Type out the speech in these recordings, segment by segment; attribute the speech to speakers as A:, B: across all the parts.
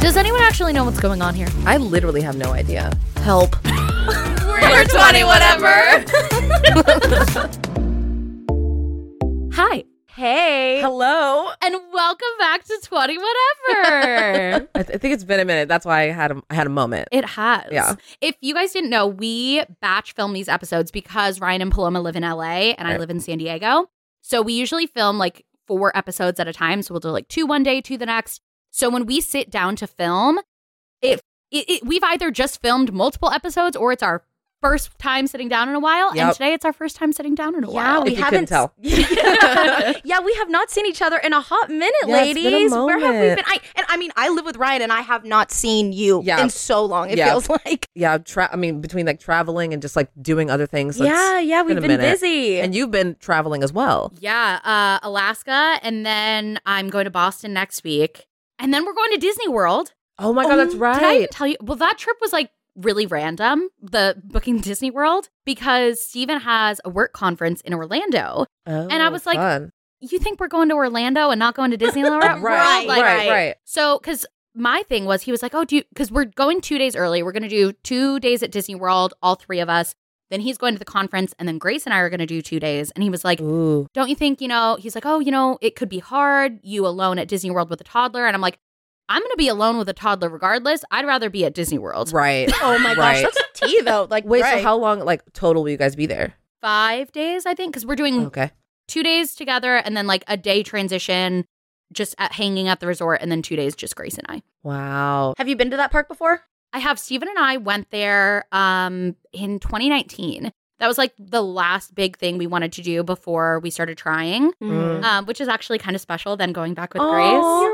A: Does anyone actually know what's going on here?
B: I literally have no idea. Help.
A: We're 20, whatever. Hi. Hey.
B: Hello.
A: And welcome back to 20, whatever.
B: I, th- I think it's been a minute. That's why I had a, I had a moment.
A: It has.
B: Yeah.
A: If you guys didn't know, we batch film these episodes because Ryan and Paloma live in LA and I
B: Right.
A: live in San Diego. So we usually film like four episodes at a time. So we'll do like two one day, two the next. So when we sit down to film, if it, it, we've either just filmed multiple episodes or it's our first time sitting down in a while. And
B: Yep.
A: today it's our first time sitting down in a
C: Yeah,
A: while.
C: we
B: If you couldn't
C: haven't.
B: tell.
C: yeah, we have not seen each other in a hot minute,
B: Yeah, it's been a
C: ladies. Where have we
B: moment.
C: been? I and I mean, I live with Ryan, and I have not seen you
B: Yeah.
C: in so long. It
B: Yeah.
C: feels like.
B: Yeah, tra- I mean, between like traveling and just like doing other things. it's
C: yeah, yeah, we've
B: a
C: been
B: minute.
C: busy.
B: And you've been traveling as well.
A: Yeah, uh, Alaska, and then I'm going to Boston next week, and then we're going to Disney World.
B: Oh my God,
C: Oh,
B: that's
C: did
A: Did I even
B: right.
A: tell you? Well, that trip was like really random. The booking Disney World because Steven has a work conference in Orlando. and I
B: Oh,
A: was like,
B: fun.
A: You think we're going to Orlando and not going to Disneyland?
B: right, right,
A: Like,
B: right,
A: So, because my thing was, he was like, "Oh, do you?" Because we're going two days early. We're going to do two days at Disney World, all three of us. Then he's going to the conference, and then Grace and I are going to do two days. And he was like,
B: Ooh,
A: don't you think, you know, he's like, oh, you know, it could be hard, you alone at Disney World with a toddler. And I'm like, I'm going to be alone with a toddler regardless. I'd rather be at Disney World.
B: right.
C: oh my
B: Right.
C: gosh, that's a tea though. Like,
B: Wait,
C: right.
B: so how long, like, total will you guys be there?
A: Five days, I think, because we're
C: Mm.
A: doing
B: Okay.
A: two days together and then like a day transition just at hanging at the resort and then two days just Grace and I.
B: Wow.
C: have you been to that park before?
A: I have Steven and I went there um in 2019. That was like the last big thing we wanted to do before we started trying,
B: Mm.
A: um, which is actually kind of special then going back with
B: Aw.
A: Grace.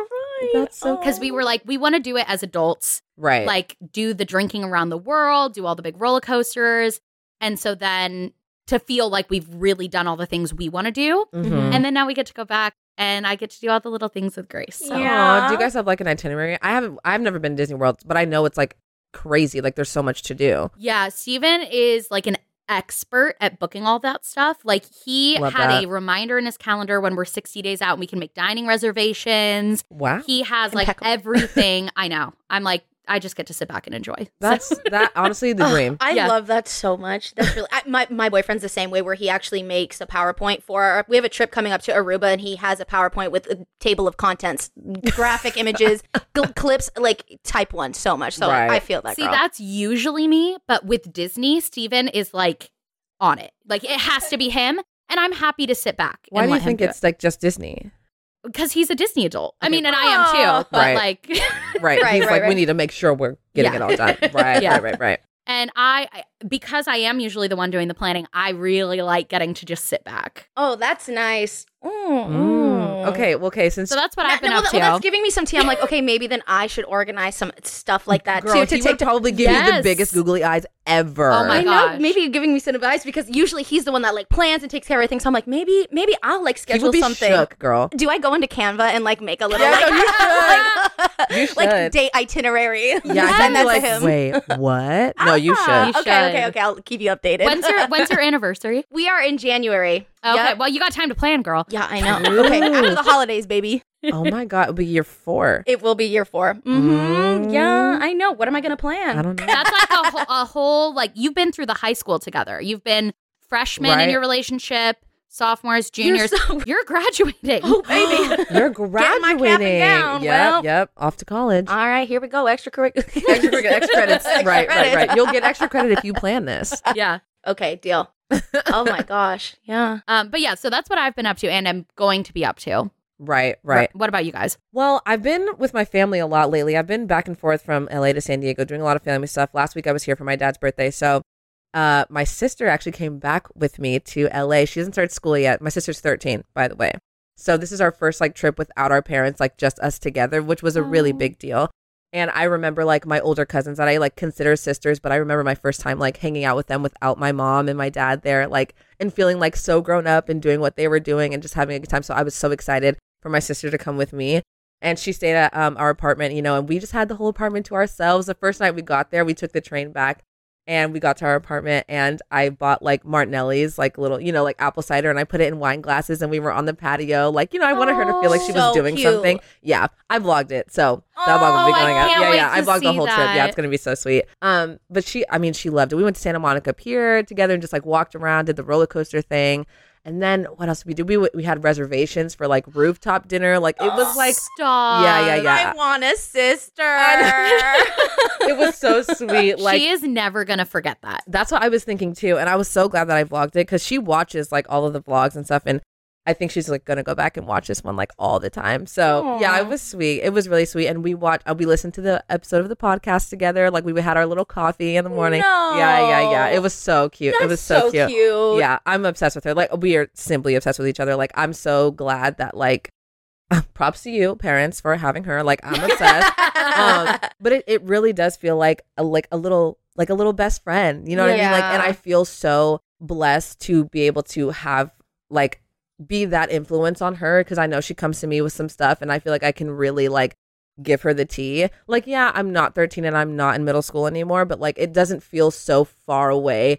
B: You're That's so
A: Because we were like, we want to do it as adults.
B: Right.
A: like do the drinking around the world, do all the big roller coasters. And so then to feel like we've really done all the things we want to do.
C: mm-hmm.
B: Mhm.
A: And then now we get to go back and I get to do all the little things with Grace. So.
C: Yeah.
B: Aw, do you guys have like an itinerary? I haven't. I've never been to Disney World, but I know it's like crazy. Like there's so much to do.
A: Yeah, Steven is like an expert at booking all that stuff. Like he
B: Love
A: had
B: that.
A: a reminder in his calendar when we're 60 days out and we can make dining reservations.
B: Wow.
A: He has like
C: Impeccable.
A: everything. I know. I'm like I just get to sit back and enjoy.
B: That's that. Honestly, the
C: Ugh,
B: dream.
C: I
A: Yeah.
C: love that so much. That's really I, my my boyfriend's the same way where he actually makes a PowerPoint for our, we have a trip coming up to Aruba and he has a PowerPoint with a table of contents, graphic images, gl- clips like type 1 so much. So I, I
B: Right.
C: feel that
A: See,
C: girl.
A: that's usually me, but with Disney, Steven is like on it. Like it has to be him. And I'm happy to sit back.
B: Why
A: and
B: do you
A: let him
B: think
A: do
B: it's like just Disney?
A: because he's a Disney adult? I
B: Okay.
A: mean, and I am too,
C: Oh.
A: but
B: Right.
A: like,
B: Right.
C: Right,
B: He's
C: right,
B: like, we
C: right.
B: need to make sure we're getting
A: Yeah.
B: it all done. Right.
A: Yeah.
B: Right. Right. Right.
A: and I, I- because I am usually the one doing the planning, I really like getting to just sit back.
C: Oh, that's nice. Mm,
B: Mm. Okay. Well, okay. Since
A: So that's what I've been
C: No, well,
A: up
C: that- well,
A: to.
C: that's giving me some tea. I'm like, okay, maybe then I should organize some stuff like that
B: girl,
C: too
B: he would probably give you the
A: Yes.
B: biggest googly eyes ever.
A: Oh my
C: I know.
A: gosh.
C: Maybe you're giving me some advice because usually he's the one that like plans and takes care of everything. So I'm like, maybe maybe I'll like
B: He would
C: schedule
B: be
C: something.
B: shook, girl.
C: Do I go into Canva and like make a little
B: Yeah,
C: like,
B: no, you
C: like,
B: You should.
C: like date itinerary?
B: yeah, I
C: send
B: think
C: that
B: you're like,
C: to him. Ah.
B: wait, what? No, you should.
A: You
C: okay,
A: should.
C: okay, okay. I'll keep you updated.
A: When's your When's your anniversary?
C: we are in January.
A: Okay,
C: Yep.
A: well you got time to plan, girl.
C: Yeah, I know. okay, after the holidays, baby.
B: Oh my god, it'll be year four.
C: It will be year 4 Mm-hmm.
B: Mm.
C: Yeah, I know. What am I gonna plan?
B: I don't know.
A: That's like a whole, a whole like you've been through the high school together. You've been freshmen
B: Right.
A: in your relationship, sophomores,
C: You're
A: juniors. You're,
C: so-
A: graduating.
C: oh, baby.
B: You're
C: cap and
B: graduating.
C: gown.
B: Yep,
C: Well-
B: yep. Off to college.
C: All right, here we go.
B: extra,
C: Extracurricular.
B: credit- extra credits.
C: Extra
B: right,
C: credits.
B: right, right. You'll get extra credit if you plan this.
A: yeah.
C: Okay, deal. oh my gosh. Yeah.
A: Um, but yeah, so that's what I've been up to, and I'm going to be up to.
B: Right, right.
A: What about you guys?
B: Well, I've been with my family a lot lately. I've been back and forth from LA to San Diego doing a lot of family stuff. Last week I was here for my dad's birthday. So uh, my sister actually came back with me to LA. She hasn't started school yet. My sister's 13, by the way. So this is our first like trip without our parents, like just us together, which was a really
A: Oh.
B: big deal. And I remember like my older cousins that I like consider sisters, but I remember my first time like hanging out with them without my mom and my dad there, like and feeling like so grown up and doing what they were doing and just having a good time. So I was so excited for my sister to come with me. And she stayed at um, our apartment, you know, and we just had the whole apartment to ourselves. The first night we got there, we took the train back and we got to our apartment and I bought like Martinelli's, like little, you know, like apple cider and I put it in wine glasses and we were on the patio. Like, you know, I wanted her to feel like she
C: Oh,
B: was
C: so
B: doing
C: cute.
B: something. Yeah, I vlogged it, so that vlog will be
A: Oh, I
B: going up.
A: can't
B: Yeah,
A: wait
B: yeah, I
A: to
B: vlogged the
A: see
B: whole trip. Yeah,
A: that.
B: it's gonna be so sweet. Um, but she, I mean, she loved it. We went to Santa Monica Pier together and just like walked around, did the roller coaster thing, and then what else did we do? We we had reservations for like rooftop dinner. Like it was like
A: Stop.
B: yeah, yeah, yeah.
C: I want a sister.
B: It was so sweet. Like
A: she is never gonna forget that.
B: that's what I was thinking too. And I was so glad that I vlogged it because she watches like all of the vlogs and stuff. And I think she's like gonna go back and watch this one like all the time. So yeah, it was sweet. It was really sweet. And we watched. Uh, we listened to the episode of the podcast together. Like we had our little coffee in the morning. Yeah, yeah, yeah. It was so cute. it was so, cute. Yeah, I'm obsessed with her. Like we are simply obsessed with each other. Like I'm so glad that like. Props to you, parents, for having her. Like I'm obsessed um, but it, it really does feel like a, like a little like a little best friend you know what i mean like and
C: Yeah.
B: i feel so blessed to be able to have like be that influence on her because i know she comes to me with some stuff and i feel like i can really like give her the tea like yeah i'm not 13 and i'm not in middle school anymore but like it doesn't feel so far away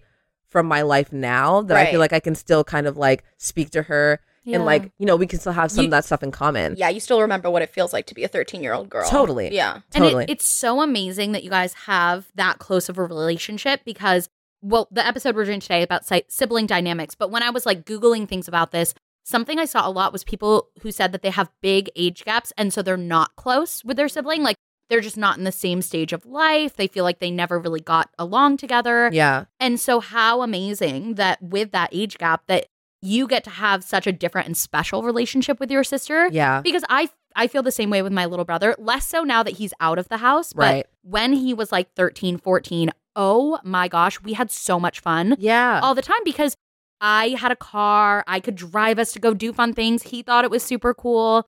B: from my life now that i feel
C: Right.
B: like i can still kind of like speak to her and like you know we can still have some
C: You-
B: of that stuff in common
C: yeah, you still remember what it feels like to be a 13 year old girl.
B: Totally.
C: Yeah.
A: And
B: totally
A: it, it's so amazing that you guys have that close of a relationship because, well, the episode we're doing today about si- sibling dynamics. But when I was like Googling things about this, something I saw a lot was people who said that they have big age gaps. And so they're not close with their sibling. Like they're just not in the same stage of life. They feel like they never really got along together.
B: yeah
A: And so, how amazing that with that age gap, that you get to have such a different and special relationship with your sister
B: yeah
A: because I I feel the same way with my little brother, less so now that he's out of the house, but
B: Right.
A: when he was like 13, 14, oh my gosh, we had so much fun
B: yeah
A: all the time because I had a car, I could drive us to go do fun things. He thought it was super cool.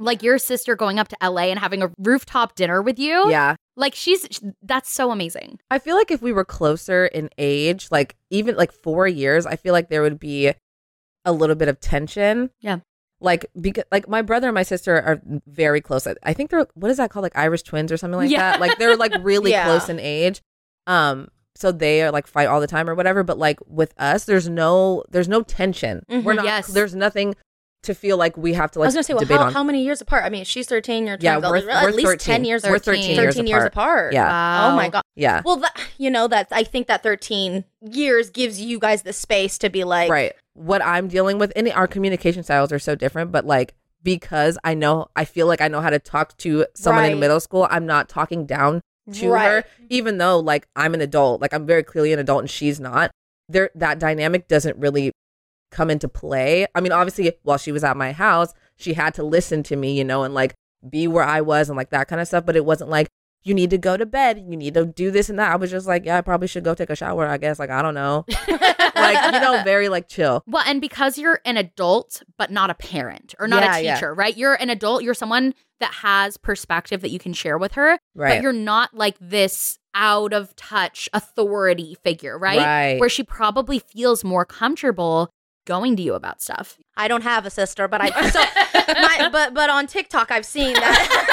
A: Like your sister going up to LA and having a rooftop dinner with you.
B: yeah
A: Like she's sh- that's so amazing.
B: I feel like if we were closer in age, like even like four years, I feel like there would be a little bit of tension.
A: Yeah.
B: Like because like my brother and my sister are very close. I- I think they're what is that called? Like Irish twins or something like
A: Yeah.
B: that. Like they're like really
C: Yeah.
B: close in age. Um so they are like fight all the time or whatever, but like with us, there's no there's no tension. We're
C: Mhm.
B: not
A: Yes.
B: there's nothing to feel like we have to
C: I
B: like
C: was gonna say, well,
B: debate
C: how,
B: on.
C: how many years apart? I mean, she's 13, you're 12.
B: yeah, we're,
C: at
B: we're
C: least
B: 13.
C: 10 years
B: We're
C: apart.
B: 13,
A: 13
B: years, apart. Yeah.
A: Wow.
C: Oh my god.
B: Yeah.
C: Well, that, you know that I think that 13 years gives you guys the space to be like,
B: right what i'm dealing with and our communication styles are so different but like because i know i feel like i know how to talk to someone
C: Right.
B: in middle school i'm not talking down to her
C: Right.
B: even though like i'm an adult like i'm very clearly an adult and she's not there that dynamic doesn't really come into play i mean obviously while she was at my house she had to listen to me you know and like be where i was and like that kind of stuff but it wasn't like you need to go to bed. You need to do this and that. I was just like, yeah, I probably should go take a shower. I guess. Like, I don't know. like, you know, very like chill.
A: Well, and because you're an adult, but not a parent or not a
B: Yeah, yeah.
A: teacher, right? You're an adult, you're someone that has perspective that you can share with her,
B: Right.
A: but you're not like this out of touch authority figure, right?
B: Right.
A: Where she probably feels more comfortable going to you about stuff.
C: I don't have a sister, but I so my, but but on TikTok I've seen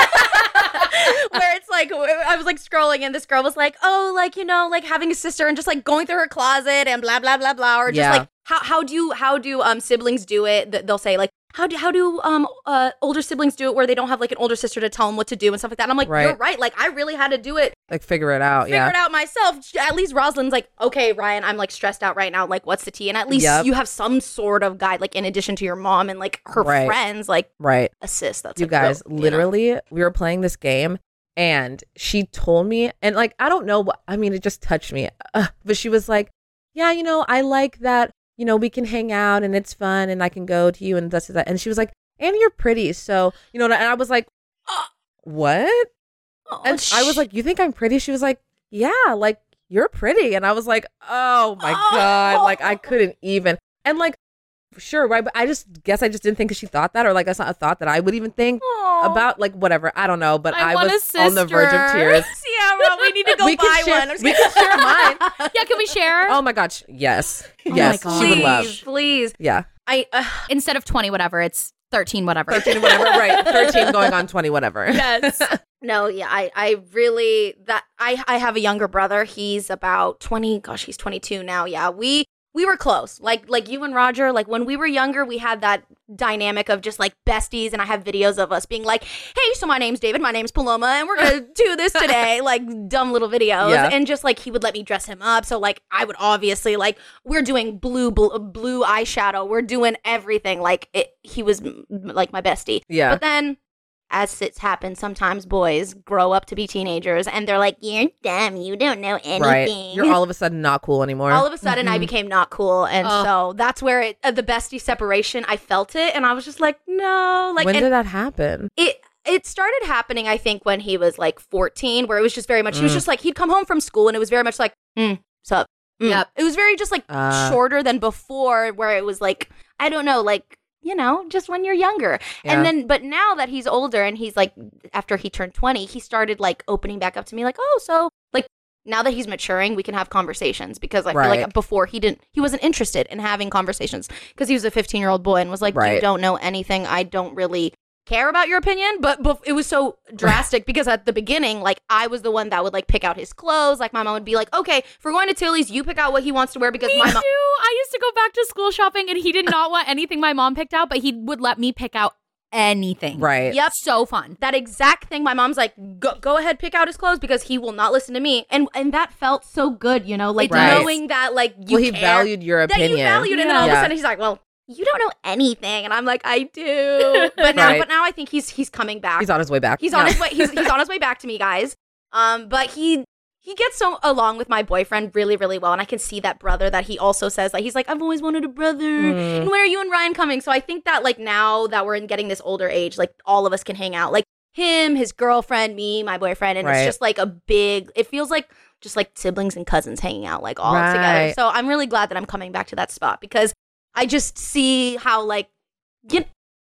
C: that where it's like I was like scrolling and this girl was like, "Oh, like you know, like having a sister and just like going through her closet and blah blah blah blah or just
B: Yeah.
C: like how how do you how do um siblings do it? Th- They'll say like how do how do um uh, older siblings do it where they don't have like an older sister to tell them what to do and stuff like that. And I'm like, "You're
B: Right.
C: right. Like I really had to do it
B: Like, figure it out.
C: figure
B: yeah.
C: it out myself. J- At least Rosalind's like, okay, Ryan, I'm like stressed out right now. Like, what's the tea? And at least
B: Yep.
C: you have some sort of guide, like in addition to your mom and like her
B: Right.
C: friends, like
B: Right.
C: assist. That's
B: you
C: like,
B: guys
C: real, you know?
B: literally we were playing this game and she told me and like i don't know what i mean it just touched me uh, but she was like yeah you know i like that you know we can hang out and it's fun and i can go to you and this and that and she was like and you're pretty so you know and i was like uh, what
C: Oh,
B: and i was
C: sh-
B: like you think i'm pretty she was like yeah like you're pretty and i was like oh my
C: Oh.
B: god like i couldn't even and like sure right but i just guess i just didn't think she thought that or like that's not a thought that i would even think
C: Aw.
B: about like whatever. I don't know, but
A: I
B: I,
A: want a
B: was on the verge of
A: sister.
B: tears.
C: Sierra, we need to go
B: We can
C: buy
B: share-
C: one. I'm just
B: we
C: kidding. Oh
B: can share mine.
A: Yeah, can we share?
B: Oh my gosh, yes,
A: my
B: yes,
A: God.
B: she would
C: please,
B: love.
C: please.
B: Yeah,
C: I uh,
A: Instead of 20 whatever, it's 13 whatever.
B: thirteen, whatever. Right, thirteen going on twenty, whatever.
A: Yes.
C: no, yeah, I I really that I I have a younger brother. He's about 20, gosh, he's 22 now. Yeah. We we were close. Like like you and Roger, like when we were younger, we had that dynamic of just like besties and I have videos of us being like, "Hey, so my name's David, my name's Paloma, and we're going to do this today." Like dumb little videos.
B: Yeah.
C: And just like he would let me dress him up. So like I would obviously like we're doing blue blue, blue eyeshadow. We're doing everything. Like it, he was mm, like my bestie.
B: Yeah.
C: But then as it's happened, sometimes boys grow up to be teenagers and they're like, You're dumb, you don't know anything.
B: Right, you're all Mm-hmm. of a sudden not cool anymore.
C: All of a sudden, I became not cool, and
A: Oh.
C: so that's where it, uh, the bestie separation. I felt it, and I was just like, no, like,
B: when
C: and
B: did that happen?
C: it it started happening. I think when he was like 14, where it was just very much. He was
B: Mm.
C: just like he'd come home from school, and it was very much like, mm, sup, mm.
A: Yep.
C: It was very just like
B: Uh.
C: shorter than before, where it was like, I don't know, like. You know, just when you're younger.
B: Yeah.
C: And then, but now that he's older and he's like, after he turned 20, he started like opening back up to me, like, oh, so like now that he's maturing, we can have conversations because I feel
B: Right.
C: like before he didn't, he wasn't interested in having conversations because he was a 15 year old boy and was like, you
B: Right.
C: don't know anything. I don't really care about your opinion. But, but it was so drastic because at the beginning, like I was the one that would like pick out his clothes. Like my mom would be like, okay, if we're going to Tilly's, you pick out what he wants to wear because
A: Me
C: my
A: too.
C: mom.
A: I used to go back to school shopping and he did not want anything my mom picked out, but he would let me pick out anything.
B: Right,
C: Yep.
A: So fun.
C: That exact thing. My mom's like, go, go ahead, pick out his clothes because he will not listen to me. And and that felt so good, you know, like
A: It does.
C: knowing that like you
B: well, he
C: care,
B: valued your
C: that
B: opinion.
C: you valued, it. and then all of a
B: Yeah.
C: sudden he's like, well, you don't know anything, and I'm like, I do. But now,
B: Right.
C: but now I think he's he's coming back.
B: He's on his way back.
C: He's on
B: Yeah.
C: his way. He's, he's on his way back to me, guys. Um, but he he gets so along with my boyfriend really, really well, and I can see that brother that he also says like he's like I've always wanted a brother.
B: Mm.
C: And when are you and Ryan coming? So I think that like now that we're in getting this older age, like all of us can hang out, like him, his girlfriend, me, my boyfriend, and
B: Right.
C: it's just like a big. It feels like just like siblings and cousins hanging out like all together.
B: Right.
C: So I'm really glad that I'm coming back to that spot because I just see how like you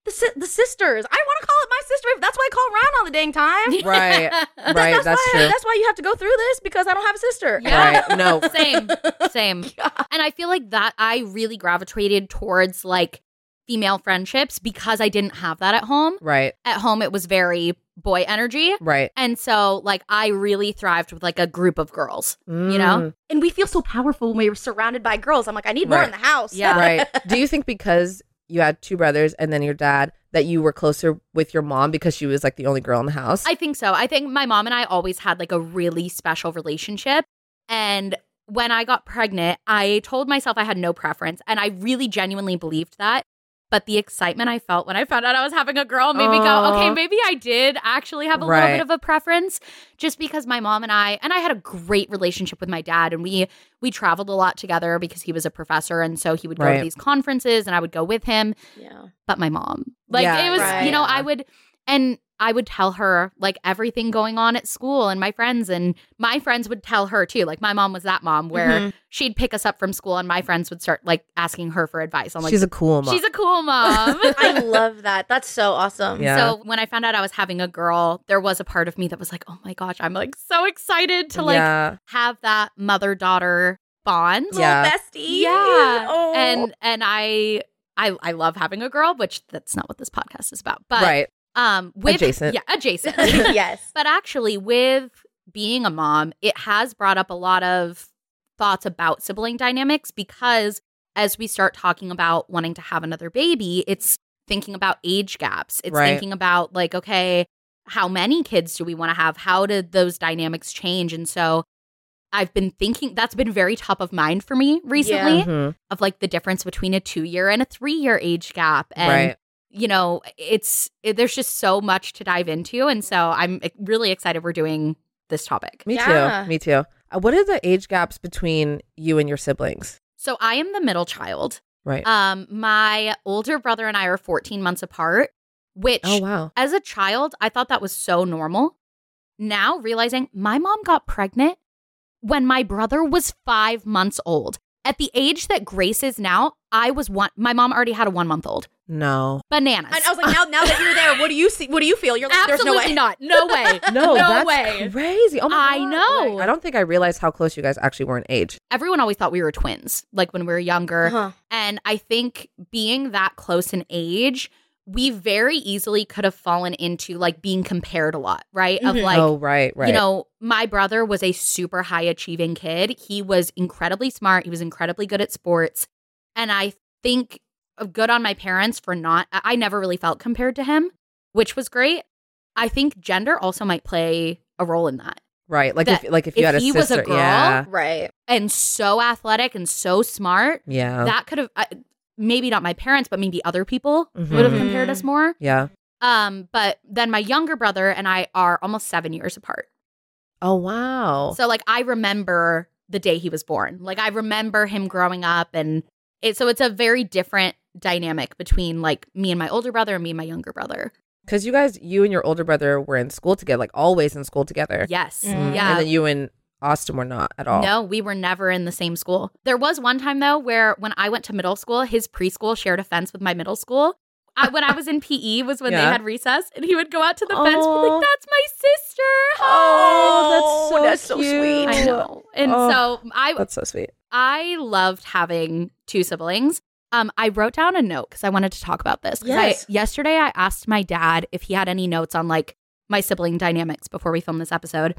C: the, si- the sisters. I want to call it my sister. That's why I call Ryan all the dang time.
B: Right,
C: That-
B: right. That's,
C: why,
B: true.
C: That's why you have to go through this because I don't have a sister.
A: Yeah.
B: Right, no,
A: Same. Same. And I feel like that I really gravitated towards like female friendships because I didn't have that at home.
B: right,
A: At home it was very boy energy.
B: right.
A: And so like I really thrived with like a group of girls. You
B: Mm,
A: know?
C: And we feel so powerful when we're surrounded by girls. I'm like, I need more
B: Right.
C: in the house.
A: Yeah.
B: Right. Do you think because you had two brothers and then your dad that you were closer with your mom because she was like the only girl in the house?
A: I think so. I think my mom and I always had like a really special relationship. And when I got pregnant, I told myself I had no preference. And I really genuinely believed that. But the excitement I felt when I found out I was having a girl made me go,
B: Aw.
A: okay, maybe I did actually have a little
B: Right.
A: bit of a preference just because my mom and I, and I had a great relationship with my dad. And we, we traveled a lot together because he was a professor. And so he would go to
B: Right.
A: these conferences and I would go with him
C: Yeah.
A: but my mom. Like
B: Yeah,
A: it was,
C: right.
A: you know, I would and I would tell her like everything going on at school and my friends and my friends would tell her too. Like my mom was that mom where
B: Mm-hmm.
C: Mhm.
A: she'd pick us up from school and my friends would start like asking her for advice. I'm like,
B: she's a cool mom.
A: she's a cool mom.
C: I love that. That's so awesome.
B: Yeah.
A: So when I found out I was having a girl, there was a part of me that was like, oh my gosh, I'm like so excited to like
B: yeah.
A: have that mother daughter bond.
C: Little
B: Yeah.
C: bestie.
A: Yeah.
C: Oh.
A: And and I I I love having a girl, which that's not what this podcast is about. But
B: right.
A: um with
B: Adjacent.
A: Yeah, adjacent.
C: yes.
A: but actually with being a mom, it has brought up a lot of thoughts about sibling dynamics because as we start talking about wanting to have another baby, it's thinking about age gaps. It's
B: Right.
A: thinking about like, okay, how many kids do we want to have? How did those dynamics change? And so I've been thinking that's been very top of mind for me recently
B: Mhm.
A: of like the difference between a two year and a three year age gap. And
B: Right.
A: you know, it's it, there's just so much to dive into, and so I'm eh, really excited we're doing this topic.
B: Me
C: Yeah.
B: too. Me too. Uh, What are the age gaps between you and your siblings?
A: So I am the middle child.
B: Right.
A: Um, my older brother and I are 14 months apart, which
B: oh wow.
A: as a child I thought that was so normal. Now realizing my mom got pregnant when my brother was five months old. At the age that Grace is now, I was one. My mom already had a one month old.
B: No.
A: Bananas.
C: And I was like, now, now that you're there, what do you see? What do you feel? You're like,
A: Absolutely
C: there's no way.
A: not. No way.
B: No, that's
A: way.
B: crazy. Oh my
A: I
B: God.
A: know.
B: Like, I don't think I realized how close you guys actually were in age.
A: Everyone always thought we were twins, like when we were younger.
C: Uh-huh.
A: And I think being that close in age, we very easily could have fallen into like being compared a lot, right? Of
C: Mhm.
A: like,
B: oh right, right.
A: you know, my brother was a super high achieving kid. He was incredibly smart. He was incredibly good at sports. And I think uh, good on my parents for not, I I never really felt compared to him, which was great. I think gender also might play a role in that.
B: right. Like
A: that
B: if like if you
A: if
B: had a
A: he was a
B: sister,
A: girl-
B: yeah,
C: Right.
A: And so athletic and so smart.
B: yeah,
A: that could have uh, maybe not my parents but maybe other people
B: Mhm.
A: would have compared
C: Mm.
A: us more
B: yeah.
A: um but then my younger brother and i are almost seven years apart
B: Oh wow.
A: so like i remember the day he was born like i remember him growing up and it so it's a very different dynamic between like me and my older brother and me and my younger brother
B: Because you guys, you and your older brother were in school together, like always in school together. Mm-hmm.
A: yes
C: Mm.
A: yeah
B: And then you and Austin were not at all.
A: No, we were never in the same school. There was one time though where when I went to middle school, his preschool shared a fence with my middle school. I, when I was in PE was when they
B: Yeah.
A: had recess, and he would go out to the fence and be
B: Aw.
A: like, "That's my sister."
B: Oh,
C: Oh,
B: that's
C: that's
B: so
C: so
B: cute.
C: sweet.
A: I know, and
B: Oh.
A: so I
B: That's so sweet.
A: I loved having two siblings. Um, I wrote down a note because I wanted to talk about this. 'Cause I-
C: Yes.
A: yesterday, I asked my dad if he had any notes on like my sibling dynamics before we filmed this episode.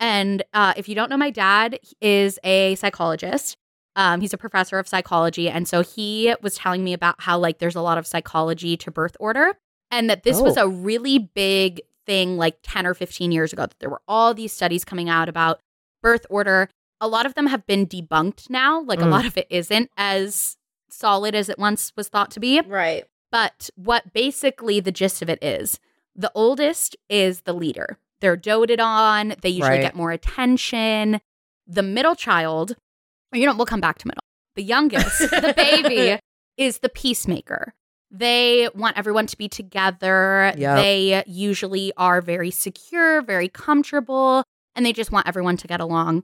A: And uh, if you don't know, my dad is a psychologist. Um, he's a professor of psychology, and so he was telling me about how like there's a lot of psychology to birth order, and that this was
B: Oh.
A: a really big thing like 10 or 15 years ago that there were all these studies coming out about birth order a lot of them have been debunked now. Like a
B: Mm.
A: lot of it isn't as solid as it once was thought to be.
C: Right.
A: But what basically the gist of it is the oldest is the leader. They're doted on, they usually
B: Right.
A: get more attention. The middle child, or you know, we'll come back to middle. The youngest, the baby, is the peacemaker. They want everyone to be together.
B: Yep.
A: They usually are very secure, very comfortable, and they just want everyone to get along.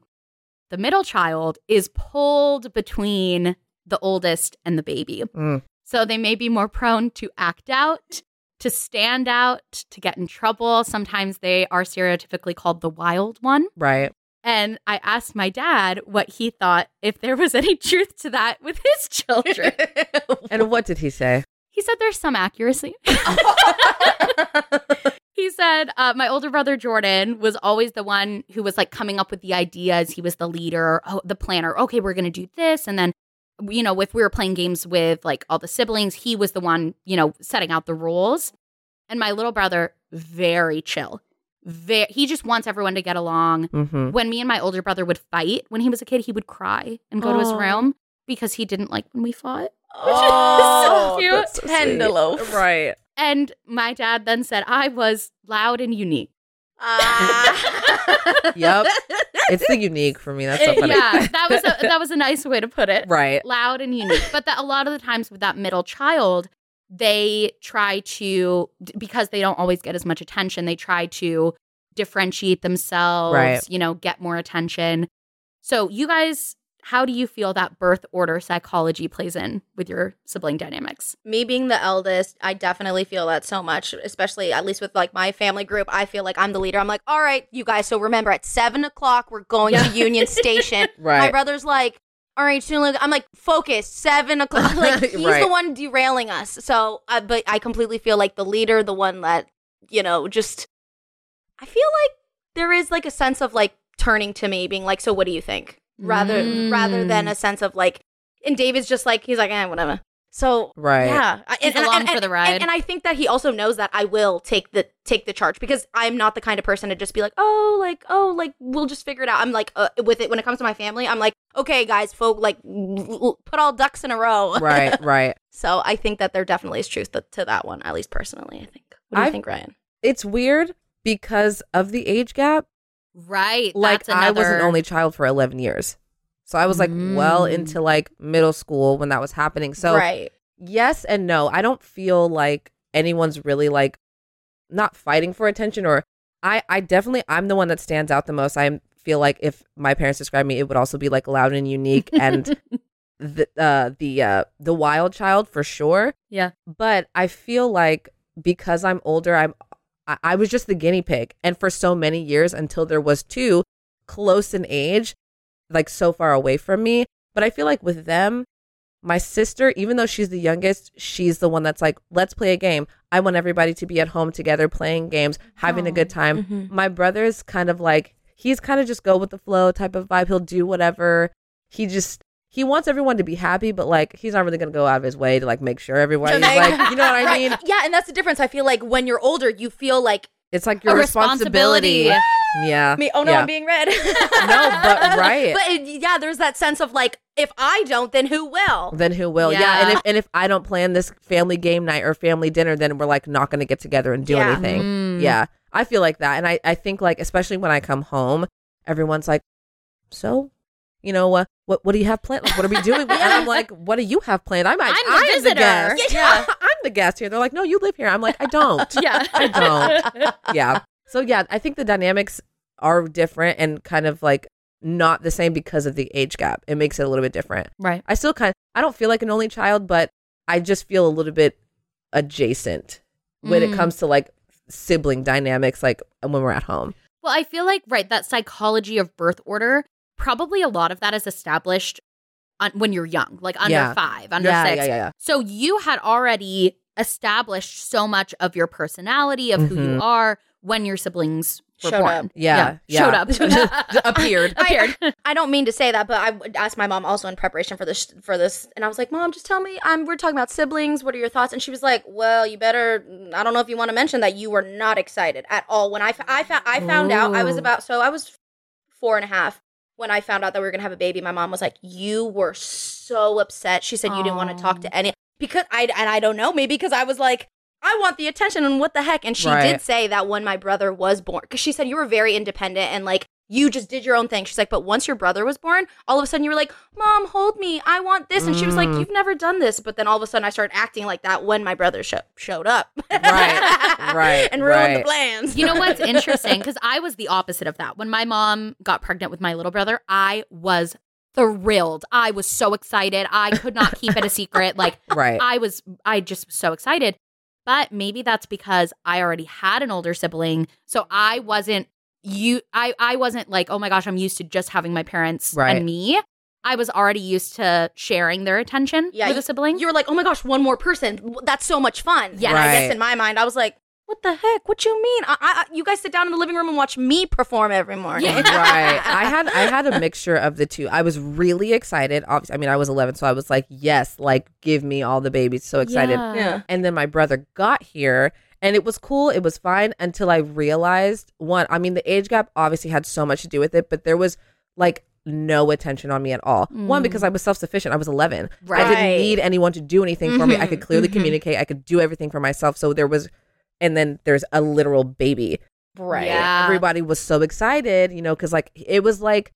A: The middle child is pulled between the oldest and the baby.
B: Mm.
A: So they may be more prone to act out, to stand out, to get in trouble. Sometimes they are stereotypically called the wild one.
B: Right.
A: And I asked my dad what he thought if there was any truth to that with his children.
B: And what did he say?
A: he said there's some accuracy. he said uh, my older brother Jordan was always the one who was like coming up with the ideas. He was the leader, oh, the planner. Okay, we're going to do this. And then, you know, if we were playing games with like all the siblings, he was the one, you know, setting out the rules. And my little brother, very chill. Very, he just wants everyone to get along
B: Mm-hmm.
A: when me and my older brother would fight when he was a kid, he would cry and go to his
B: Aw.
A: room because he didn't like when we fought.
C: Oh,
A: cute.
B: that's so sweet.
C: Tenderloaf.
B: Right.
A: And my dad then said I was loud and unique.
C: Ah.
B: Yep. It's the unique for me. That's so funny.
A: yeah, that was a, that was a nice way to put it.
B: Right.
A: Loud and unique. But that a lot of the times with that middle child, they try to because they don't always get as much attention they try to differentiate themselves
B: Right.
A: you know get more attention so you guys how do you feel that birth order psychology plays in with your sibling dynamics
C: me being the eldest, I definitely feel that so much, especially at least with like my family group. I feel like I'm the leader. I'm like, all right, you guys. So remember, at seven o'clock, we're going to Union Station. My
B: Right.
C: brother's like, all right, soon. like-" I'm like, focus, seven o'clock. Like he's the
B: Right.
C: one derailing us. So, uh, but I completely feel like the leader, the one that you know, just I feel like there is like a sense of like turning to me, being like, so what do you think? Rather, rather than
B: Mm.
C: a sense of like, and David's just like he's like, eh, whatever. So
B: Right.
C: yeah, I-
A: He's along for the ride.
C: And, and I think that he also knows that I will take the take the charge because I'm not the kind of person to just be like, oh, like oh, like we'll just figure it out. I'm like uh, with it when it comes to my family, I'm like, okay, guys, folk, like l- l- put all ducks in a row.
B: right, right.
C: So I think that there definitely is truth to, to that one, at least personally. I think. What do you
B: I've-
C: think, Ryan?
B: It's weird because of the age gap.
A: right
B: Like
A: that's
B: I was an
A: another-
B: only child for 11 years. So I was like well
A: Mm.
B: into like middle school when that was happening. So
C: right,
B: yes and no. I don't feel like anyone's really like not fighting for attention or I I definitely I'm the one that stands out the most. I feel like if my parents describe me, it would also be like loud and unique and the uh the uh the wild child for sure.
A: Yeah.
B: But I feel like because I'm older, I'm I, I was just the guinea pig and for so many years until there was two close in age, like so far away from me. But I feel like with them, my sister, even though she's the youngest, she's the one that's like, let's play a game. I want everybody to be at home together playing games, having a good
C: Mm-hmm.
B: time.
A: Mm-hmm.
B: Mm-hmm. My brother is kind of like, he's kind of just go with the flow type of vibe. He'll do whatever. He just, he wants everyone to be happy, but like, he's not really going to go out of his way to like make sure everybody's
C: Okay.
B: like, you know what I
C: right.
B: mean?
C: Yeah, and that's the difference. I feel like when you're older, you feel like
B: It's like your
A: A
B: responsibility.
A: responsibility.
B: Yeah.
C: me. Oh no,
B: yeah.
C: I'm being read.
B: No, but right.
C: But it- yeah, there's that sense of like, if I don't, then who will?
B: then who will? Yeah.
A: Yeah.
B: And if and if I don't plan this family game night or family dinner, then we're like not going to get together and do
C: Yeah.
B: anything.
A: Mm.
B: Yeah. I feel like that. And I, I think like especially when I come home, everyone's like, So, you know, uh, what what do you have planned? Like, what are we doing? And I'm like, What do you have planned? I'm like,
A: I'm the visitor."
B: guest. Yeah. I'm the guest here. They're like, No, you live here. I'm like, I don't.
A: yeah
B: I don't. yeah. So yeah, I think the dynamics are different and kind of like not the same because of the age gap. It makes it a little bit different.
A: right
B: I still kind of, I don't feel like an only child, but I just feel a little bit adjacent when
A: Mm.
B: it comes to like sibling dynamics, like when we're at home.
A: Well, I feel like, right, that psychology of birth order, probably a lot of that is established on, when you're young, like under
B: Yeah.
A: five, under
B: yeah,
A: six.
B: yeah, yeah, yeah.
A: So you had already established so much of your personality, of who you
B: Mhm.
A: are when your siblings were
C: Showed
A: born.
C: up.
B: Yeah, yeah.
A: Showed up.
B: Appeared.
A: Appeared.
C: I don't mean to say that, but I would ask my mom also in preparation for this for this, and I was like, "Mom, just tell me. Um, we're talking about siblings. What are your thoughts?" And she was like, "Well, you better. I don't know if you want to mention that you were not excited at all when I f- I, fa- I found out I was
A: Ooh.
C: about so I was four and a half when I found out that we were gonna have a baby. My mom was like, "You were so upset." She said, "You didn't want to talk to any because I and I don't know maybe because I was like." I want the attention and what the heck? And she did
B: Right.
C: say that when my brother was born, because she said you were very independent and like you just did your own thing. She's like, but once your brother was born, all of a sudden you were like, Mom, hold me. I want this. And she was like,
B: Mm.
C: You've never done this. But then all of a sudden I started acting like that when my brother sho- showed up.
B: Right, right,
C: And ruined the
B: right.
C: plans.
A: You know what's interesting? Because I was the opposite of that. When my mom got pregnant with my little brother, I was thrilled. I was so excited. I could not keep it a secret. Like,
B: Right.
A: I was I just was so excited. But maybe that's because I already had an older sibling, so I
B: Mm.
A: wasn't you I I wasn't like, "Oh my gosh, I'm used to just having my parents
B: Right.
A: and me." I was already used to sharing their attention
C: Yeah,
A: with a sibling.
C: You were like, Oh my gosh, one more person. W- That's so much fun.
A: Yes.
C: And I guess
B: Right.
C: in my mind, I was like, What the heck? What you mean? I, I, I- you guys sit down in the living room and watch me perform every morning.
A: Yeah.
B: right. I had I had a mixture of the two. I was really excited. Obviously, I mean, I was 11, so I was like, "Yes, like give me all the babies." So excited.
C: Yeah.
B: And then my brother got here and it was cool. It was fine until I realized one, I mean, the age gap obviously had so much to do with it, but there was like no attention on me at all. One, because I was self sufficient. I was 11. I
C: Right.
B: didn't need anyone to do anything for me. I
C: Mhm,
B: could clearly
A: mhm.
B: communicate, I could do everything for myself. So there was, and then there's a literal baby.
C: Right.
A: Yeah.
B: Everybody was so excited, you know, because like it was like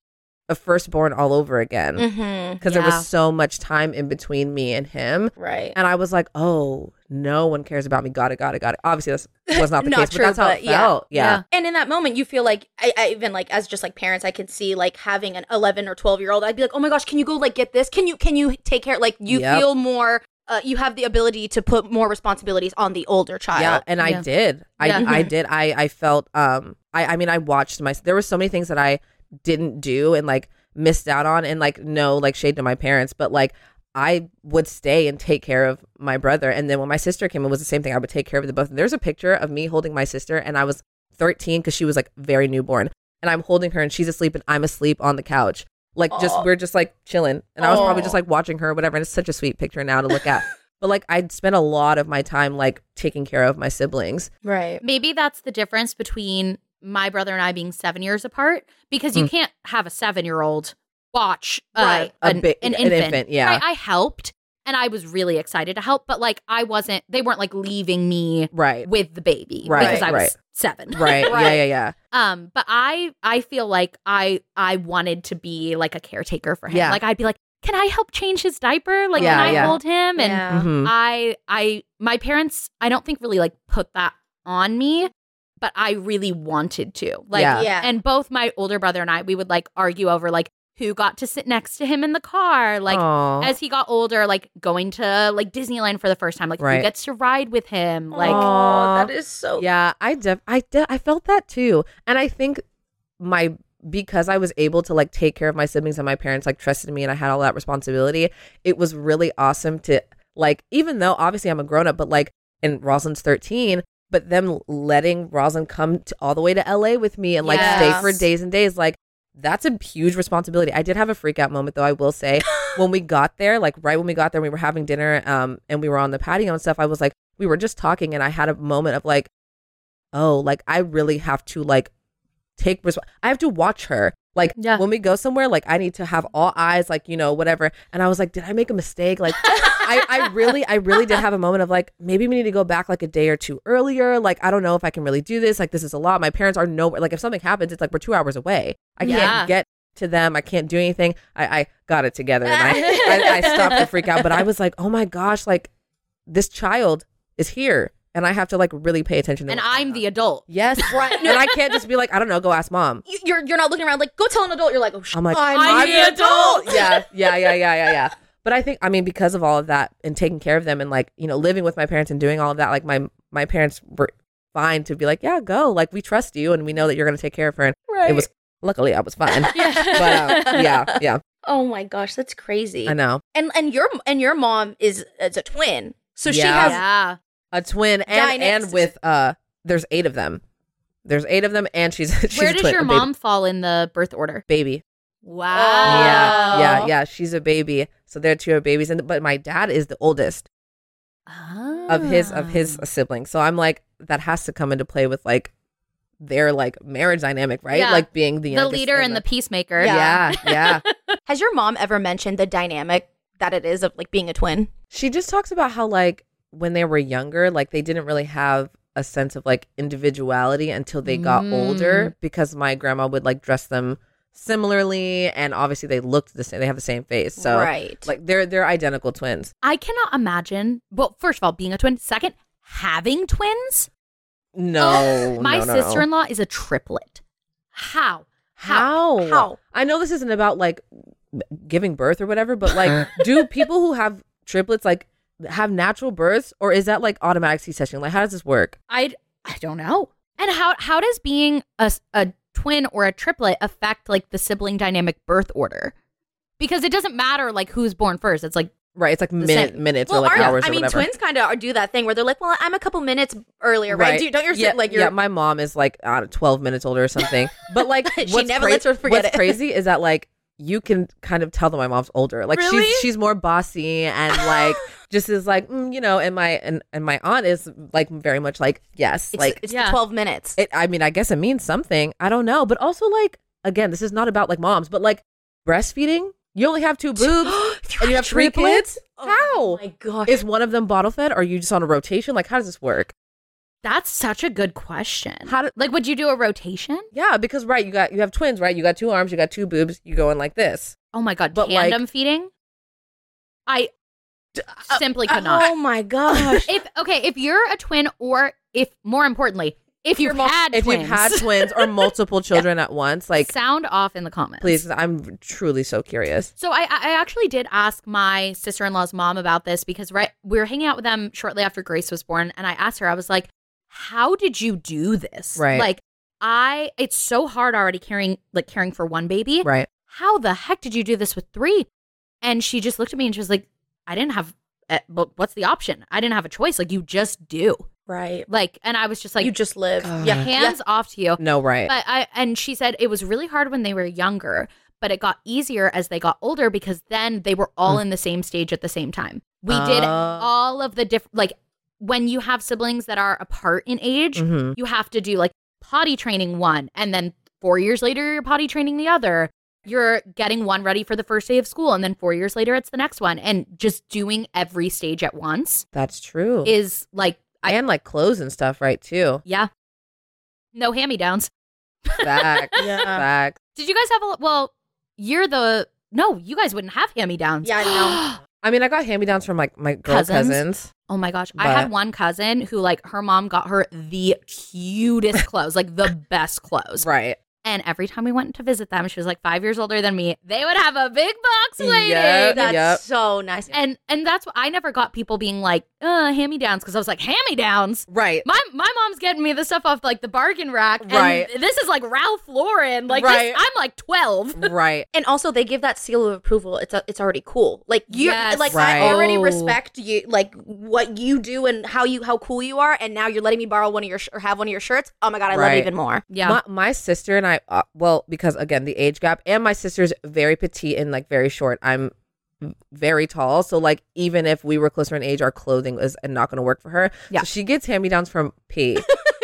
B: a firstborn all over again because
C: Mm-hmm.
B: there was so much time in between me and him.
C: Right.
B: And I was like, oh, no one cares about me. Got it, got it, got it. Obviously, that's was not the
C: Not
B: case,
C: true,
B: but that's how
C: but
B: it
C: yeah.
B: felt. Yeah.
A: Yeah.
C: And in that moment, you feel like I, I even like as just like parents, I could see like having an 11 or 12 year old. I'd be like, oh my gosh, can you go like get this? Can you can you take care? Like you
B: Yep.
C: feel more. Uh, you have the ability to put more responsibilities on the older child.
B: Yeah, and I
A: Yeah.
B: did. I
C: Yeah.
B: I did. I I felt um I I mean I watched my there were so many things that I didn't do and like missed out on and like no like shade to my parents, but like I would stay and take care of my brother and then when my sister came it was the same thing. I would take care of the both. There's a picture of me holding my sister and I was 13 cuz she was like very newborn and I'm holding her and she's asleep and I'm asleep on the couch. Like just
C: Aw.
B: we're just like chilling and I was probably
C: Aw.
B: just like watching her or whatever and it's such a sweet picture now to look at. but like I'd spent a lot of my time like taking care of my siblings.
C: Right.
A: Maybe that's the difference between my brother and I being seven years apart because you
B: Mm.
A: can't have a seven year old watch uh,
C: Right.
B: A
A: an,
B: big-
A: an
B: an
A: infant.
B: infant, yeah.
A: I, I helped and I was really excited to help, but like I wasn't, they weren't like leaving me
B: Right.
A: with the baby
B: Right,
A: because I was
B: right.
A: seven.
B: Right. Yeah, yeah, yeah.
A: Um, but I I feel like I I wanted to be like a caretaker for him.
B: Yeah.
A: Like I'd be like, can I help change his diaper? Like,
B: Yeah,
A: can I
B: yeah.
A: hold him? And
C: Yeah.
B: Mhm.
A: Um, I I my parents I don't think really like put that on me, but I really wanted to. Like
B: Yeah.
C: Yeah.
A: and both my older brother and I we would like argue over like who got to sit next to him in the car, like
B: Aw.
A: as he got older, like going to like Disneyland for the first time, like
B: Right.
A: who gets to ride with him, like
B: Mm-hmm. Aw.
C: that is so.
B: yeah, I def- I de- I felt that too. And I think my because I was able to like take care of my siblings and my parents like trusted me and I had all that responsibility, it was really awesome to like even though obviously I'm a grown up, but like and Rosalind's 13, but them letting Rosalind come to, all the way to LA with me and like stay for
C: Yes.
B: days and days like that's a huge responsibility. I did have a freak out moment though, I will say. when we got there, like right when we got there, we were having dinner um and we were on the patio and stuff. I was like, we were just talking and I had a moment of like, oh, like I really have to like take resp- I have to watch her. Like
A: Yeah.
B: when we go somewhere, like I need to have all eyes, like, you know, whatever. And I was like, did I make a mistake? Like I, I really, I really did have a moment of like, maybe we need to go back like a day or two earlier. Like, I don't know if I can really do this. Like, this is a lot. My parents are nowhere. Like, if something happens, it's like we're two hours away. I
A: Yeah.
B: can't get to them. I can't do anything. I, I got it together and I, I, I stopped to freak out. But I was like, oh my gosh, like this child is here and I have to like really pay attention to
A: and
B: what's
A: I'm
B: going
A: the adult.
B: on. Yes.
C: Right.
B: and I can't just be like, I don't know, go ask mom.
C: You- You're you're not looking around like go tell an adult. You're like oh sh-
B: I'm like,
C: I'm,
A: I'm the adult.
B: yeah, yeah, yeah, yeah, yeah, yeah. But I think I mean because of all of that and taking care of them and like you know living with my parents and doing all of that, like my my parents were fine to be like, yeah, go, like we trust you and we know that you're gonna take care of her. And
C: Right.
B: it was luckily I was fine. but
A: Yeah.
B: uh, yeah, yeah,
C: oh my gosh, that's crazy.
B: I know
C: And and your and your mom is is a twin, so she
B: Yeah.
C: has
A: yeah.
B: a twin and
C: Dinex-
B: and with uh, there's eight of them. There's eight of them, and she's she's
A: Where
B: a
A: does
B: twin,
A: your
B: a baby.
A: mom fall in the birth order?
B: baby.
A: Wow.
B: Yeah, yeah,
C: Oh.
B: yeah. She's a baby, so they're two are babies, and but my dad is the oldest. of his of his
A: Ah.
B: siblings. So I'm like that has to come into play with like their like marriage dynamic, right?
A: Yeah.
B: Like being the
A: the
B: youngest
A: leader and the peacemaker.
B: yeah, yeah.
C: Has your mom ever mentioned the dynamic that it is of like being a twin?
B: She just talks about how like when they were younger, like they didn't really have a sense of like individuality until they got
A: Mm.
B: older because my grandma would like dress them similarly and obviously they looked the same they have the same face. So
C: right,
B: like they're they're identical twins.
A: I cannot imagine. Well, first of all, being a twin. Second, having twins. Oh,
B: No.
A: My
B: no, no, no.
A: sister-in-law is a triplet. How?
B: How?
C: How?
B: I know this isn't about like giving birth or whatever, but like, do people who have triplets like have natural births, or is that like automatic C-section? Like, how does this work?
A: I I don't know. And how how does being a s- a twin or a triplet affect like the sibling dynamic birth order? Because it doesn't matter like who's born first. It's like
B: Right, it's like minute,
A: same.
B: minutes or
C: well,
B: like
C: aren't-
B: hours
C: I
B: or
C: mean,
B: whatever.
C: twins kind of do that thing where they're like, "Well, I'm a couple minutes earlier, right? Do, don't your
B: yeah,
C: sit like your
B: yeah, my mom is like I don't know, twelve minutes older or something. But like,
C: She
B: what's
C: never lets her forget
B: What's
C: it.
B: crazy is that like you can kind of tell that my mom's older. Like
A: Really?
B: she's she's more bossy and like just is like mm, you know. And my and, and my aunt is like very much like yes,
C: it's,
B: like
C: it's
A: Yeah.
C: the 12 minutes."
B: it i mean i guess it means something i don't know but also like again this is not about like moms but like breastfeeding you only have two boobs and you have three kids
C: Oh
B: how
C: my gosh.
B: is one of them bottle fed or are you just on a rotation like how does this work
A: That's such a good question.
B: How do-
A: like, would you do a rotation?
B: Yeah, because right, you got you have twins, right? You got two arms, you got two boobs. You go in like this.
A: Oh my god,
B: But, like-
A: tandem feeding. I simply could not.
B: Oh my gosh!
A: if okay, if you're a twin, or if more importantly, if you've
B: mul-
A: had
B: if
A: twins,
B: you've had twins or multiple children at once, like
A: sound off in the comments,
B: please, I'm truly so curious.
A: So I, I actually did ask my sister in law's mom about this because right we were hanging out with them shortly after Grace was born, and I asked her, I was like, "How did you do this?
B: Right.
A: Like, I it's so hard already caring like caring for one baby.
B: Right?
A: How the heck did you do this with three? And she just looked at me and she was like, "I didn't have, eh, but what's the option? I didn't have a choice. Like you just do.
C: Right.
A: Like, and I was just like,
C: you just live.
B: God.
C: Yeah.
A: hands off to you.
B: No, right?
A: But I and she said it was really hard when they were younger, but it got easier as they got older because then they were
C: Mm.
A: all in the same stage at the same time. We did
B: Oh.
A: all of the different like when you have siblings that are apart in age,
B: Mhm.
A: you have to do like potty training one and then 4 years later you're potty training the other. You're getting one ready for the first day of school and then 4 years later it's the next one and just doing every stage at once
B: That's true.
A: is like I
B: and like clothes and stuff, right? Too.
A: yeah. No hand-me-downs.
B: Facts.
C: Yeah.
B: Facts.
A: Did you guys have a lo- well? You're the no. You guys wouldn't have hand me downs.
C: Yeah, no.
B: I mean, I got hand me downs from like my girl
A: Cousins?
B: cousins.
A: oh my gosh, I
B: But-
A: had one cousin who like her mom got her the cutest clothes, like the best clothes.
B: Right.
A: And every time we went to visit them, she was like five years older than me. They would have a big box waiting.
B: Yeah.
C: That's
B: Yep.
C: so nice.
A: And and that's why I never got people being like, uh, hand me downs, because I was like, hand me downs.
B: Right.
A: My my mom's getting me the stuff off like the bargain rack. and
B: Right.
A: this is like Ralph Lauren. Like this-
B: Right.
A: I'm like twelve.
B: right.
C: and also they give that seal of approval it's a, it's already cool like you
A: Yes.
C: like
B: Right.
C: i already
A: Oh.
C: respect you like what you do and how you how cool you are and now you're letting me borrow one of your sh- or have one of your shirts oh my god i love
B: Right.
C: it even more
A: Yeah.
B: My, my sister and I, uh, well, because again, the age gap, and my sister's very petite and like very short. I'm very tall. So, like, even if we were closer in age, our clothing is not going to work for her.
A: Yeah.
B: So she gets hand me downs from P,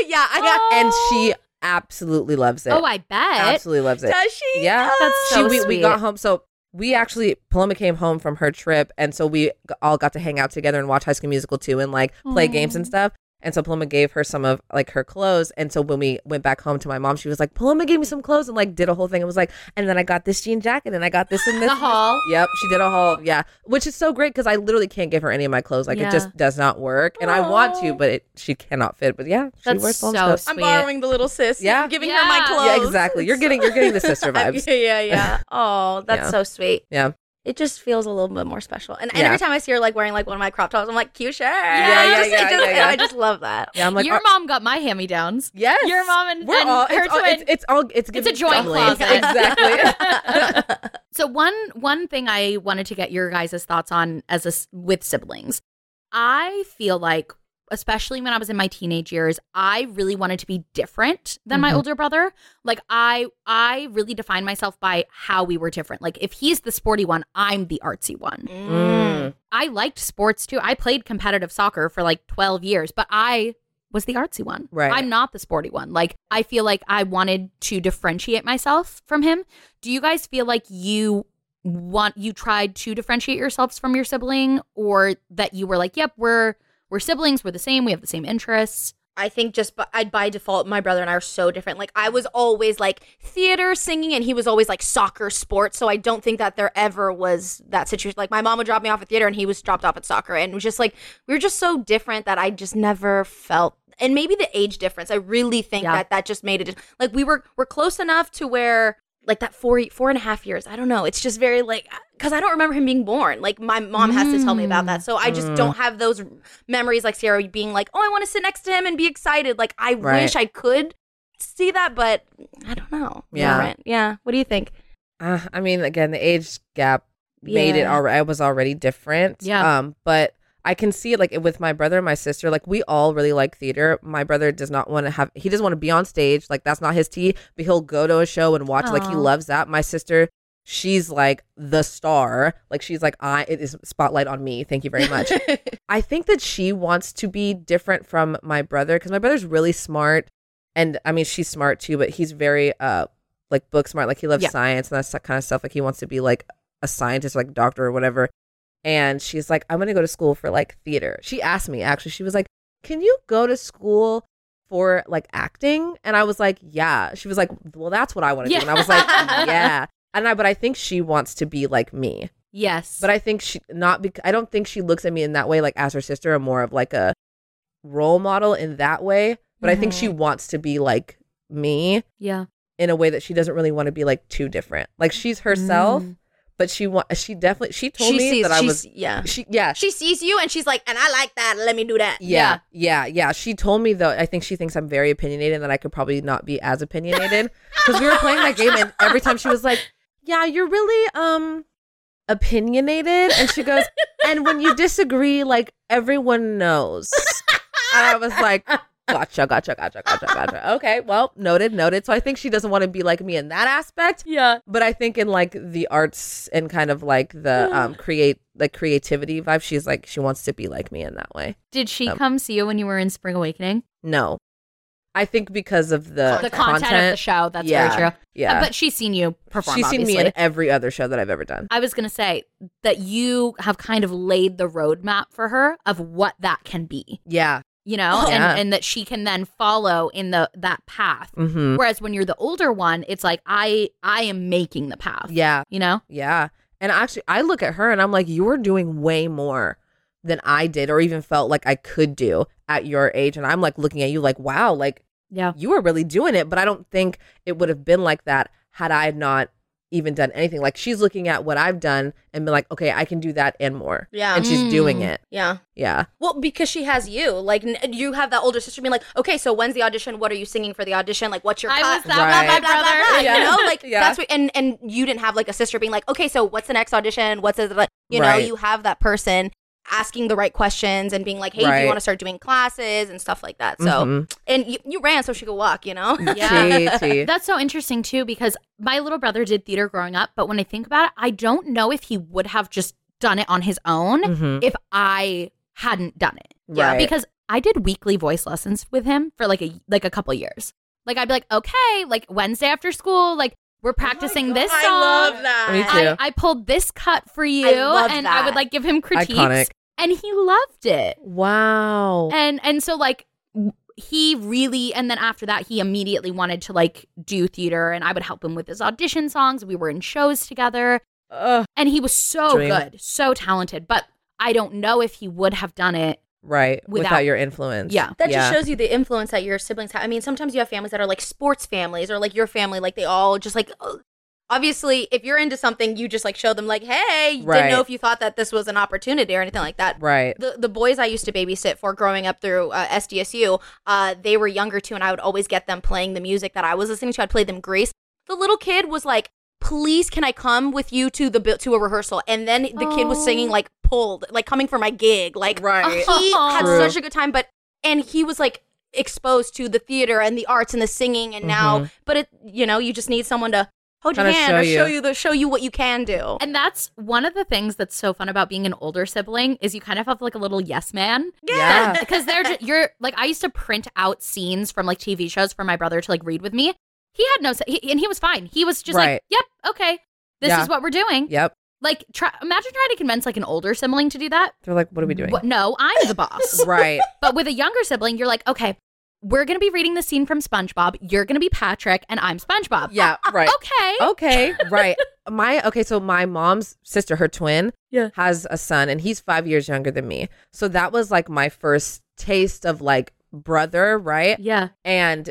C: yeah i
A: Oh.
B: and she absolutely loves it.
A: oh, I bet.
B: absolutely loves it.
C: does she
B: Yeah.
A: That's
B: she
A: so
B: we, we
A: sweet.
B: got home so we actually Paloma came home from her trip and so we g- all got to hang out together and watch High School Musical too and like play games and stuff. And so Paloma gave her some of like her clothes. And so when we went back home to my mom, she was like, Paloma gave me some clothes and like did a whole thing. It was like, and then I got this jean jacket and I got this and this.
A: The
B: and this.
A: haul.
B: Yep, she did a haul. Yeah, which is so great because I literally can't give her any of my clothes. Like
A: Yeah.
B: it just does not work, and I want to, but it she cannot fit. But yeah, she
A: That's
B: wears
A: so
B: Paloma's clothes.
A: sweet.
C: the little sis
B: Yeah.
C: giving
A: Yeah.
B: Yeah, exactly. You're
C: It's
B: getting
C: so-
B: you're getting the sister vibes.
C: yeah yeah yeah oh that's
B: Yeah.
C: so sweet
B: Yeah.
C: it just feels a little bit more special and, and
B: Yeah.
C: every time i see her like wearing like one of my crop tops i'm like cute shirt
A: Yeah,
C: I
A: yeah,
C: just, I
B: yeah,
C: just-
B: yeah, yeah.
C: I just love that
B: Yeah, I'm like "Uh
A: Your
B: "Are-
A: mom got my hand me downs.
B: Yes.
A: Your mom and-
B: We're
A: and
B: all,
A: her
B: it's, all-
A: twin.
B: it's, it's all it's
A: It's a
B: giving
A: joint
B: family.
A: closet.
B: exactly.
A: So one one thing I wanted to get your guys' thoughts on as a s with siblings. I feel like especially when I was in my teenage years, I really wanted to be different than my
B: Mhm.
A: older brother. Like I I really define myself by how we were different. Like if he's the sporty one, I'm the artsy one.
B: Mm.
A: I liked sports too. I played competitive soccer for like 12 years, but I was the artsy one.
B: Right.
A: I'm not the sporty one. Like, I feel like I wanted to differentiate myself from him. Do you guys feel like you want, you tried to differentiate yourselves from your sibling or that you were like, yep, we're, we're siblings, we're the same, we have the same interests?
C: I think just by, I by default, my brother and I are so different. Like I was always like theater singing, and he was always like soccer, sports. So I don't think that there ever was that situation. Like my mom would drop me off at theater, and he was dropped off at soccer, and it was just like we were just so different that I just never felt. And maybe the age difference. I really think
A: Yeah.
C: that that just made it like we were we're close enough to where like that four four and a half years. I don't know. It's just very like because I don't remember him being born. Like my mom has to tell me about that, so I just don't have those memories like Sierra being like, "Oh, I want to sit next to him and be excited." Like I
B: Right.
C: wish I could see that, but I don't know.
B: Yeah.
C: Different. yeah. What do you think?
B: Uh, I mean, again, the age gap made it
C: Yeah.
B: already. I was already different.
A: Yeah.
B: Um, but I can see it like with my brother and my sister. Like we all really like theater. My brother does not want to have. He doesn't want to be on stage. Like that's not his tea. But he'll go to a show and watch. Like he
A: Aw.
B: loves that. My sister. She's like the star. Like she's like I. It is spotlight on me. Thank you very much. I think that she wants to be different from my brother because my brother's really smart, and I mean she's smart too, but he's very uh like book smart. Like he loves
A: Yeah.
B: science and that kind of stuff. Like he wants to be like a scientist, like doctor or whatever. And she's like, I'm gonna go to school for like theater. She asked me actually. She was like, Can you go to school for like acting? And I was like, yeah. She was like, well, that's what I want to
A: Yeah.
B: do. And I was like, yeah. And I, but I think she wants to be like me.
A: Yes.
B: But I think she not. Bec- I don't think she looks at me in that way, like as her sister, or more of like a role model in that way. But I think she wants to be like me
A: yeah.
B: in a way that she doesn't really want to be like too different. Like she's herself,
A: Mm.
B: but she wa- she definitely she told
C: she
B: me
C: sees
B: that I
C: she's-
B: was
C: yeah.
B: she yeah
C: She sees you and she's like, and I like that. Let me do that.
B: yeah, yeah, yeah. She told me though. I think she thinks I'm very opinionated, and that I could probably not be as opinionated because we were playing that game, and every time she was like, "Yeah, you're really um opinionated," and she goes, "And when you disagree, like everyone knows." And I was like, "Gotcha, gotcha, gotcha, gotcha, gotcha." Okay, well, noted, noted. So I think she doesn't want to be like me in that aspect,
A: Yeah.
B: but I think in like the arts and kind of like the um create like creativity vibe, she's like she wants to be like me in that way.
A: Did she
B: Um,
A: come see you when you were in Spring Awakening?
B: No. I think because of the,
A: the content, of the show. That's
B: Uh, Yeah.
A: very true.
B: Yeah.
A: Uh, but she's seen you perform.
B: She's seen
A: obviously.
B: me in every other show that I've ever done.
A: I was gonna say that you have kind of laid the roadmap for her of what that can be,
B: Yeah.
A: you know,
B: Oh, Yeah.
A: and and that she can then follow in the that path.
B: Mm-hmm.
A: Whereas when you're the older one, it's like I I am making the path.
B: Yeah.
A: You know?
B: Yeah. And actually, I look at her and I'm like, you're doing way more than I did or even felt like I could do at your age. And I'm like looking at you like, wow, like
A: Yeah.
B: you were really doing it. But I don't think it would have been like that had I not even done anything. Like she's looking at what I've done and been like, okay, I can do that and more.
C: Yeah.
B: And she's doing
A: Mm.
B: it.
C: yeah.
B: Yeah.
C: Well, because she has you. Like, n- you have that older sister being like, okay, so when's the audition? What are you singing for the audition? Like, what's your
A: I
C: cut?
A: was that
B: Right.
A: with my brother.
C: Yeah. You know, like
B: Yeah.
C: that's what, and and you didn't have like a sister being like, okay, so what's the next audition? What's the you know,
B: Right.
C: you have that person asking the right questions and being like, hey, do
B: Right.
C: you want to start doing classes and stuff like that? So
B: Mhm.
C: and you, you ran so she could walk, you know.
B: Mm-hmm.
A: Yeah.
B: Tea, tea.
A: That's so interesting too, because my little brother did theater growing up, but when I think about it, I don't know if he would have just done it on his own
B: Mhm.
A: if I hadn't done it.
B: Right.
A: because I did weekly voice lessons with him for like a like a couple years. Like I'd be like, okay, like Wednesday after school, like we're practicing this song.
C: that.
B: Me too.
A: I, I pulled this cut for you,
C: love
A: and I
C: that.
A: would like give him critiques,
B: Iconic.
A: and he loved it.
B: Wow.
A: And and so like w- he really, and then after that, he immediately wanted to like do theater, and I would help him with his audition songs. We were in shows together
B: Ugh.
A: and he was so
B: Dream.
A: good, so talented. But I don't know if he would have done it.
B: right. Without,
A: Without-
B: your influence.
A: Yeah.
C: That
B: yeah.
C: just shows you the influence that your siblings have. I mean, sometimes you have families that are like sports families or like your family, like they all just like. uh, Obviously, if you're into something, you just like show them like, hey, you
B: Right.
C: didn't know if you thought that this was an opportunity or anything like that.
B: Right.
C: The, the boys I used to babysit for growing up through uh, SDSU, uh, they were younger too, and I would always get them playing the music that I was listening to. I'd play them Grease. The little kid was like, "Please, can I come with you to the bu- to a rehearsal?" And then the kid was singing like "Pulled," like coming for my gig. Like
A: uh,
B: Right.
C: he
A: Aw.
C: had
B: True.
C: such a good time, but and he was like exposed to the theater and the arts and the singing, and now, but it you know, you just need someone to hold your
B: Mm-hmm. Kinda
C: hand
B: show
C: or show
B: you.
C: you the show you what you can do.
A: And that's one of the things that's so fun about being an older sibling is you kind of have like a little yes man.
B: Yeah.
A: Because they're just, you're like I used to print out scenes from like TV shows for my brother to like read with me. He had no se- he, and he was fine. He was just
B: Right.
A: like, "Yep, okay. This
B: Yeah.
A: is what we're doing."
B: Yep.
A: Like try, imagine trying to convince like an older sibling to do that.
B: They're like, what are we doing?
A: What- no, I'm the boss.
B: Right.
A: But with a younger sibling, you're like, "Okay, we're going to be reading the scene from SpongeBob. You're going to be Patrick and I'm SpongeBob."
B: Yeah. Right.
A: okay.
B: Oh, Okay. Right. My okay, so my mom's sister, her twin,
A: Yeah.
B: has a son and he's five years younger than me. So that was like my first taste of like brother, right?
A: Yeah.
B: And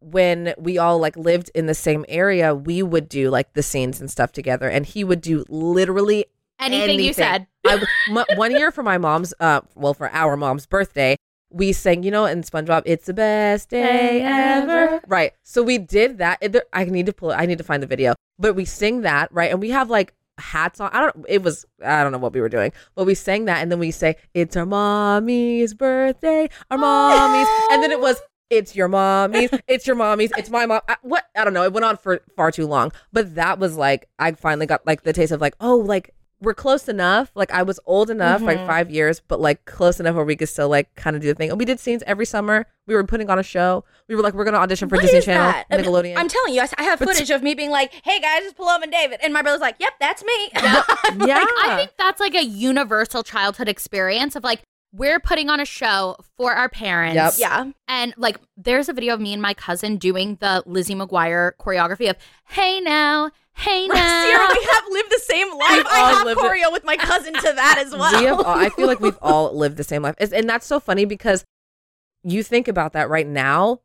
B: when we all like lived in the same area, we would do like the scenes and stuff together. And he would do literally
A: Anything, you said.
B: I w- m- one year for my mom's, uh, well, for our mom's birthday, we sang, you know, in SpongeBob, "It's the best day ever." Right. So we did that. It- there- I need to pull. I need to find the video. But we sing that right, and we have like hats on. I don't. It was. I don't know what we were doing, but we sang that, and then we say, "It's our mommy's birthday, our mommy's," and then it was. It's your mommy's. It's your mommy's. It's my mom. I, what I don't know. It went on for far too long, but that was like I finally got like the taste of like oh like we're close enough. Like I was old enough,
C: Mm-hmm.
B: like five years, but like close enough where we could still like kind of do the thing. And we did scenes every summer. We were putting on a show. We were like, we're gonna audition for
C: What
B: Disney
C: is
B: Channel,
C: that? I mean,
B: Nickelodeon.
C: I'm telling you, I, I have footage of me being like, "Hey guys, it's Paloma and David," and my brother's like, "Yep, that's me."
B: yeah,
A: I think that's like a universal childhood experience of like we're putting on a show for our parents.
B: Yep.
C: Yeah.
A: And like, there's a video of me and my cousin doing the Lizzie McGuire choreography of "Hey now, hey now."
C: Sierra, we have lived the same life.
B: We've all
C: I have
B: lived it.
C: choreo with my cousin to that as well.
B: We have all, I feel like we've all lived the same life. It's- And that's so funny because you think about that right now.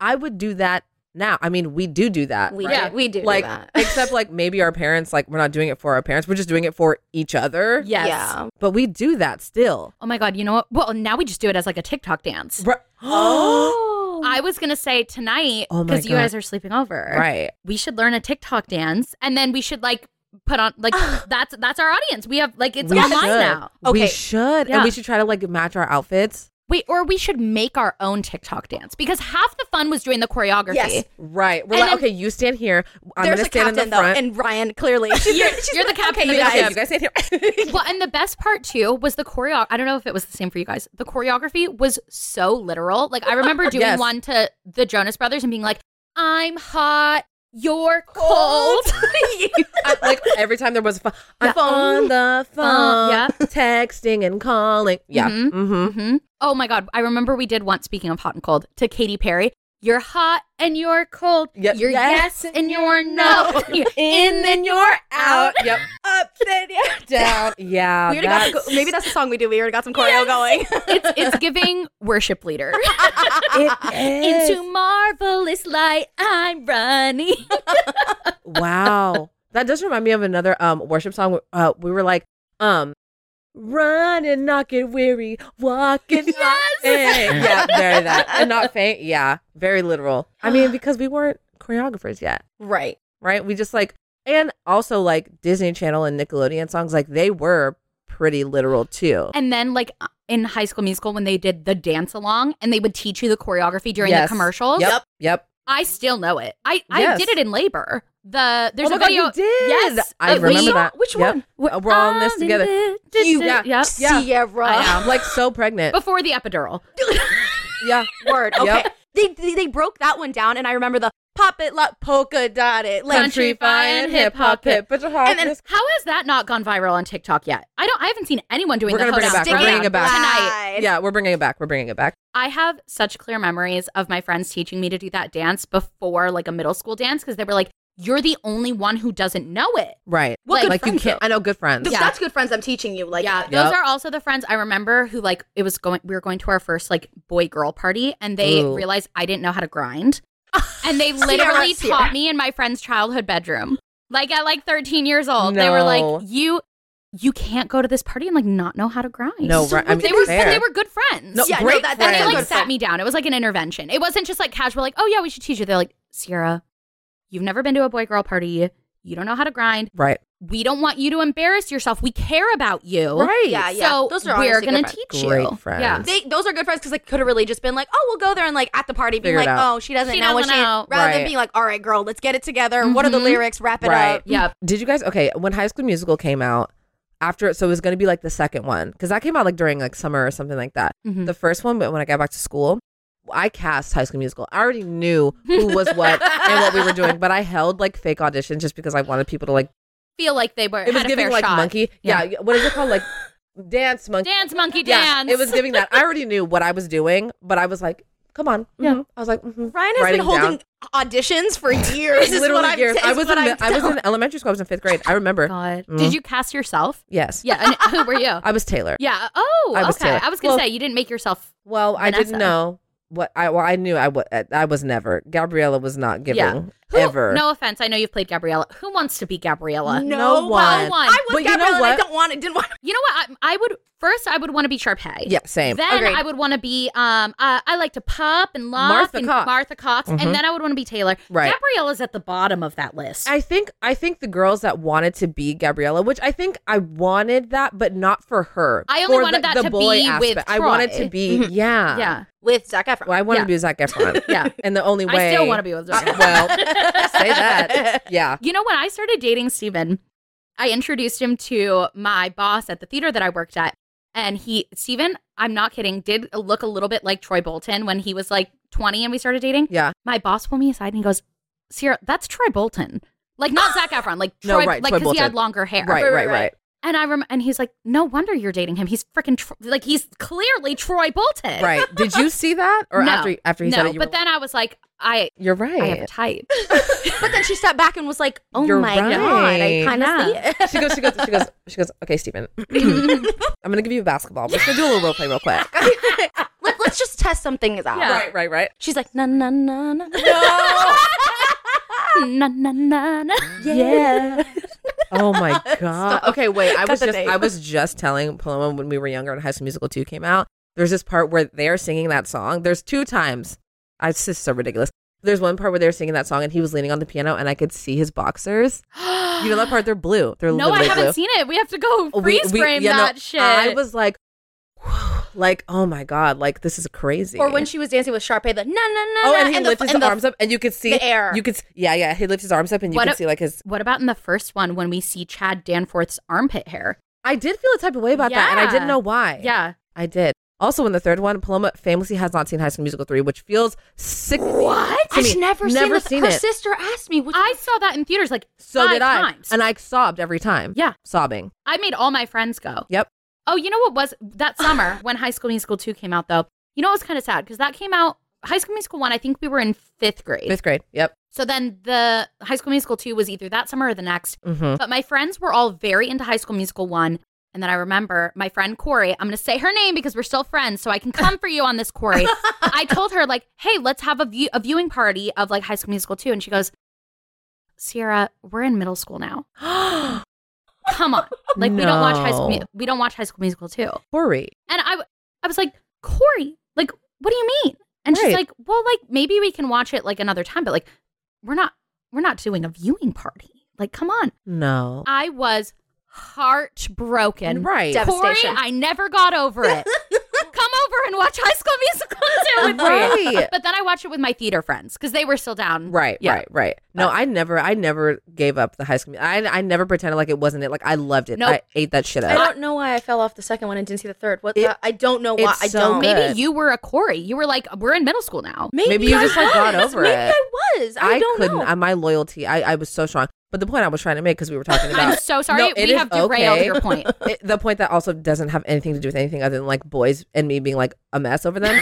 B: I would do that now. I mean, we do do that.
C: we,
B: right?
C: yeah, we do
B: like
C: do that.
B: except like maybe our parents like we're not doing it for our parents. We're just doing it for each other.
A: yes.
C: Yeah.
B: But we do that still.
A: Oh my god, you know what? Well, now we just do it as like a TikTok dance.
B: Oh.
A: I was gonna say tonight
B: Oh my
A: because you
B: God.
A: guys are sleeping over.
B: right.
A: We should learn a TikTok dance, and then we should like put on like that's that's our audience. We have like it's
B: we
A: online
B: should.
A: now.
B: We
C: Okay.
B: should.
A: Yeah.
B: And we should try to like match our outfits.
A: Wait, or we should make our own TikTok dance because half the fun was doing the choreography.
C: Yes.
B: Right. We're
A: And
B: like,
A: then-
B: okay, you stand here. I'm
C: There's
B: gonna
C: a
B: stand
C: captain
B: in the
C: though,
B: front.
C: and Ryan clearly. She's,
A: You're,
C: she's
A: you're the
C: like,
A: captain,
C: okay,
A: you
B: yeah,
A: guys.
B: you guys stand here.
A: well, and the best part too was the choreo. I don't know if it was the same for you guys. The choreography was so literal. Like I remember doing
B: Yes.
A: one to the Jonas Brothers and being like, "I'm hot, you're cold."
B: I- like every time there was a phone,
A: Yeah. Uh,
B: I'm on the phone,
A: yeah.
B: texting and calling. Yeah.
A: Mhm.
B: Mm-hmm.
A: hmm Oh my god, I remember we did once. Speaking of hot and cold, to Katy Perry, "You're hot and you're cold.
B: Yep.
A: You're
B: Yes
A: yes, and you're no. You're in and you're out."
B: Yep.
C: up, then, yeah.
B: Down. Yeah.
C: We already got
B: that's-
C: some, maybe that's the song we do. We already got some choreo going.
A: It's it's giving worship leader.
B: it is.
A: Into marvelous light, I'm running.
B: Wow. that does remind me of another um worship song. Uh, we were like, um, run and not get weary, walk and not
A: Yes!
B: faint. yeah, very that. And not faint. Yeah, very literal. I mean, because we weren't choreographers yet,
C: right.
B: right? We just like, and also like Disney Channel and Nickelodeon songs, like they were pretty literal too.
A: And then, like in High School Musical, when they did the dance along and they would teach you the choreography during the
B: Yes.
A: commercials,
B: Yep. Yep.
A: I still know it. I,
B: Yes.
A: I did it in labor. The there's
B: Oh my
A: a
B: God,
A: video.
B: you did.
A: Yes, Oh, Uh,
B: I
A: of
B: remember
A: me-
B: that.
C: Which
B: Yep.
C: one?
B: Uh, We're all in this
A: I'm
B: together.
A: the-
C: You-
A: yeah. Yep.
B: Yeah.
C: Sierra.
B: I'm like so pregnant.
A: Before the epidural.
B: yeah.
C: Word. Okay.
B: Yep.
C: They, they they broke that one down, and I remember the pop it, like polka dot it, like
A: Country fine, hip hop, hip.
B: Put your heart
C: And
B: in
C: then-
B: this-
A: How has that not gone viral on TikTok yet? I don't. I haven't seen anyone doing
B: We're
A: the
B: gonna bring it
A: hoedown
B: back. We're
A: right
B: bringing it back.
A: tonight.
B: Yeah, we're bringing it back. We're bringing it back.
A: I have such clear memories of my friends teaching me to do that dance before like a middle school dance because they were like, "You're the only one who doesn't know it."
B: Right.
A: What good
B: like you
A: friends,
B: can't. I know good friends.
C: Th-
A: Yeah.
C: That's good friends. I'm teaching you. Like,
A: yeah,
B: Yep.
A: those are also the friends I remember who like it was going. We were going to our first like boy girl party, and they
B: Ooh.
A: realized I didn't know how to grind, and they
C: Sierra,
A: literally
C: Sierra.
A: taught me in my friend's childhood bedroom, like at like 13 years old. They were
B: No.
A: like, "You, you can't go to this party and like not know how to grind."
B: No, right. I mean,
A: they were,
B: fair.
A: but they were good friends.
B: No,
C: Yeah, no,
B: great
C: that-
A: And
C: that's
A: they
B: friends.
A: like
C: Good
A: sat me down. It was like an intervention. It wasn't just like casual, like, oh yeah, we should teach you. They're like, Sierra, you've never been to a boy girl party. You don't know how to grind.
B: right.
A: We don't want you to embarrass yourself. We care about you.
B: Right.
C: Yeah, yeah.
A: So
C: Those are
A: we're
C: honestly
A: gonna
C: good
A: teach
B: Great
A: you.
B: friends.
A: Yeah.
C: They, those are good friends because like could have really just been like, oh, we'll go there and like at the party being
B: Figure it
C: like,
B: out.
C: oh, she doesn't
A: She
C: know what
A: doesn't
C: she
A: know.
C: rather
B: Right. Mm-hmm.
C: than being like, all right, girl, let's get it together. What are the
A: Mhm.
C: lyrics? Wrap it
B: Right.
C: up.
A: Yep.
B: Did you guys? Okay. When High School Musical came out, after so it was going to be like the second one because that came out like during like summer or something like that.
A: Mhm.
C: Mm-hmm.
B: The first one, but when I got back to school, I cast High School Musical. I already knew who was what and what we were doing, but I held like fake auditions just because I wanted people to like.
A: Feel like they were.
B: It was
A: had a
B: giving
A: fair
B: like
A: shot.
B: monkey. Yeah. What is it called? Like dance monkey.
A: Dance monkey
B: Yeah,
A: dance.
B: it was giving that. I already knew what I was doing, but I was like, "Come on, yeah." I was like, mhm.
C: Ryan has
B: Writing
C: been holding auditions for years. is what I'm- is
B: I was
C: what
B: in, mi-
C: I'm
B: I was
C: telling-
B: in elementary school. I was in fifth grade. I remember.
A: God.
B: Mhm.
A: Did you cast yourself?
B: Yes,
A: Yeah. And who were you?
B: I was Taylor.
A: Yeah. Oh.
B: I was
A: okay.
B: Taylor.
A: I was gonna
B: Well-
A: say you didn't make yourself.
B: Well, I
A: Vanessa.
B: didn't know what I. Well, I knew I was. I was never. Gabriella was not giving
A: Yeah. Who,
B: ever.
A: No offense. I know you've played Gabriella. Who wants to be Gabriella?
B: no
C: No
B: one.
A: one.
C: I was
B: But you know
C: Gabrielle and I
B: what?
C: don't want it. Didn't want.
A: You know what? I, I would first. I would want to be Sharpay.
B: Yeah, same.
A: Then
C: Agreed.
A: I would want to be. Um. Uh, I like to pop and laugh.
B: Martha
A: and
B: Cox.
A: Martha Cox.
B: Mhm.
A: And then I would want to be Taylor.
B: Right.
A: Gabriella's at the bottom of that list.
B: I think I think the girls that wanted to be Gabriella, which I think I wanted that, but not for her.
A: I only
B: For
A: wanted
B: the,
A: that
B: the
A: to
B: boy
A: be
B: aspect.
A: with
B: I wanted
A: Troy. Mm-hmm.
B: to be yeah
A: yeah.
C: With Zac Efron.
B: Well, I wanted
A: Yeah.
B: to be Zac Efron.
A: Yeah.
B: and the only way
A: I still want to be with.
B: Uh,
A: Zac Efron.
B: well, say that. Yeah.
A: You know, when I started dating Steven, I introduced him to my boss at the theater that I worked at. And he, Steven, I'm not kidding, did look a little bit like Troy Bolton when he was like 20 and we started dating.
B: Yeah.
A: My boss pulled me aside and he goes, Sierra, that's Troy Bolton. Like, not Zach Efron, like
B: No,
A: Troy,
B: right,
A: like,
B: Troy
A: because he had
B: Bolton.
A: longer hair.
B: Right, right, right.
A: And I rem- and he's like, no wonder you're dating him. He's freaking tr- like he's clearly Troy Bolton.
B: Right. Did you see that? Or
A: No.
B: after after he
A: no,
B: said it, you
A: but
B: were,
A: then I was like, I
B: you're
A: I have a
B: right.
A: type.
C: But then she stepped back and was like, "Oh
B: You're
C: my god,
B: right.
C: I kind of
A: Yeah.
C: see it."
B: She goes, she goes, she goes, she goes, okay, Stephen, I'm gonna give you a basketball. We're just gonna do a little role play real quick.
C: Let, let's just test some things out.
A: Yeah.
B: Right, right, right.
C: She's like, "Na na na na."
B: No.
A: na na na na.
C: Yeah.
B: Oh my god. Okay, wait. I
C: Cut
B: was
C: the
B: just
C: tape.
B: I was just telling Paloma when we were younger and High School Musical 2 came out. There's this part where they're singing that song. There's two times. I it's just so ridiculous. There's one part where they're singing that song and he was leaning on the piano and I could see his boxers. You know that part? They're blue. They're
A: no, I
B: literally
A: haven't
B: blue.
A: seen it. We have to go
B: Oh, We-
A: freeze
B: we-
A: frame
B: yeah, no,
A: that shit.
B: I was like, like, oh my god, like this is crazy.
C: Or when she was dancing with Sharpay, the na na na.
B: oh,
C: na,
B: and he
C: the,
B: lifts his
C: and the-
B: arms up and you could see
C: the air.
B: You could, s- yeah, yeah. He lifts his arms up and you
A: What
B: could
A: a-
B: see like his.
A: what about in the first one when we see Chad Danforth's armpit hair?
B: I did feel a type of way about that, and I
A: Yeah.
B: didn't know why.
A: Yeah.
B: I did. Also, in the third one, Paloma famously has not seen High School Musical 3, which feels sick. What?
C: I've never,
B: Never
C: seen,
B: seen
C: this. Her
B: it.
C: sister asked me, which
A: I saw that in theaters like
B: So
A: five
B: did I.
A: times.
B: And I sobbed every time.
A: Yeah.
B: Sobbing.
A: I made all my friends go.
B: Yep.
A: Oh, you know what was that summer when High School Musical 2 came out, though? You know what was kind of sad? Because that came out, High School Musical 1, I think we were in fifth grade.
B: Fifth grade. Yep.
A: So then the High School Musical 2 was either that summer or the next.
B: Mm-hmm.
A: But my friends were all very into High School Musical 1. And then I remember my friend Corey, I'm going to say her name because we're still friends, so I can come for you on this, Corey. I told her, like, hey, let's have a, view- a viewing party of like High School Musical 2. And she goes, Sierra, we're in middle school now. Come on. Like, we don't watch High School, Mu-
B: No.
A: we don't watch High School Musical 2.
B: Corey.
A: And I, w- I was like, Corey, like, what do you mean? And she's
B: Right.
A: like, well, like, maybe we can watch it like another time, but like, we're not, we're not doing a viewing party. Like, come on.
B: No.
A: I was heartbroken.
B: right.
C: Dev-
A: Corey,
C: Devastation.
A: I never got over it. Come over and watch High School Musical 2 with me.
B: Right.
A: But then I watched it with my theater friends because they were still down.
B: Right,
A: Yeah.
B: right, right. No, I never, I never gave up the high school. I, I never pretended like it wasn't it. Like I loved it.
A: Nope.
B: I ate that shit
C: I
B: up.
C: don't know why I fell off the second one and didn't see the third. What?
B: It-
C: the, I don't know why.
B: it's
C: I
B: so
C: don't.
B: good.
A: Maybe you were a Corey. You were like, we're in middle school now.
C: Maybe,
B: Maybe you
C: I
B: just, like, got
C: was.
B: over
C: Maybe
B: it.
C: I was. I, don't
B: couldn't.
C: know.
B: I, my loyalty, I, I was so strong. But the point I was trying to make because we were talking about
A: I'm so sorry.
B: No, it
A: we
B: is
A: have derailed
B: okay.
A: your point.
B: it, the point that also doesn't have anything to do with anything other than like boys and me being like a mess over them.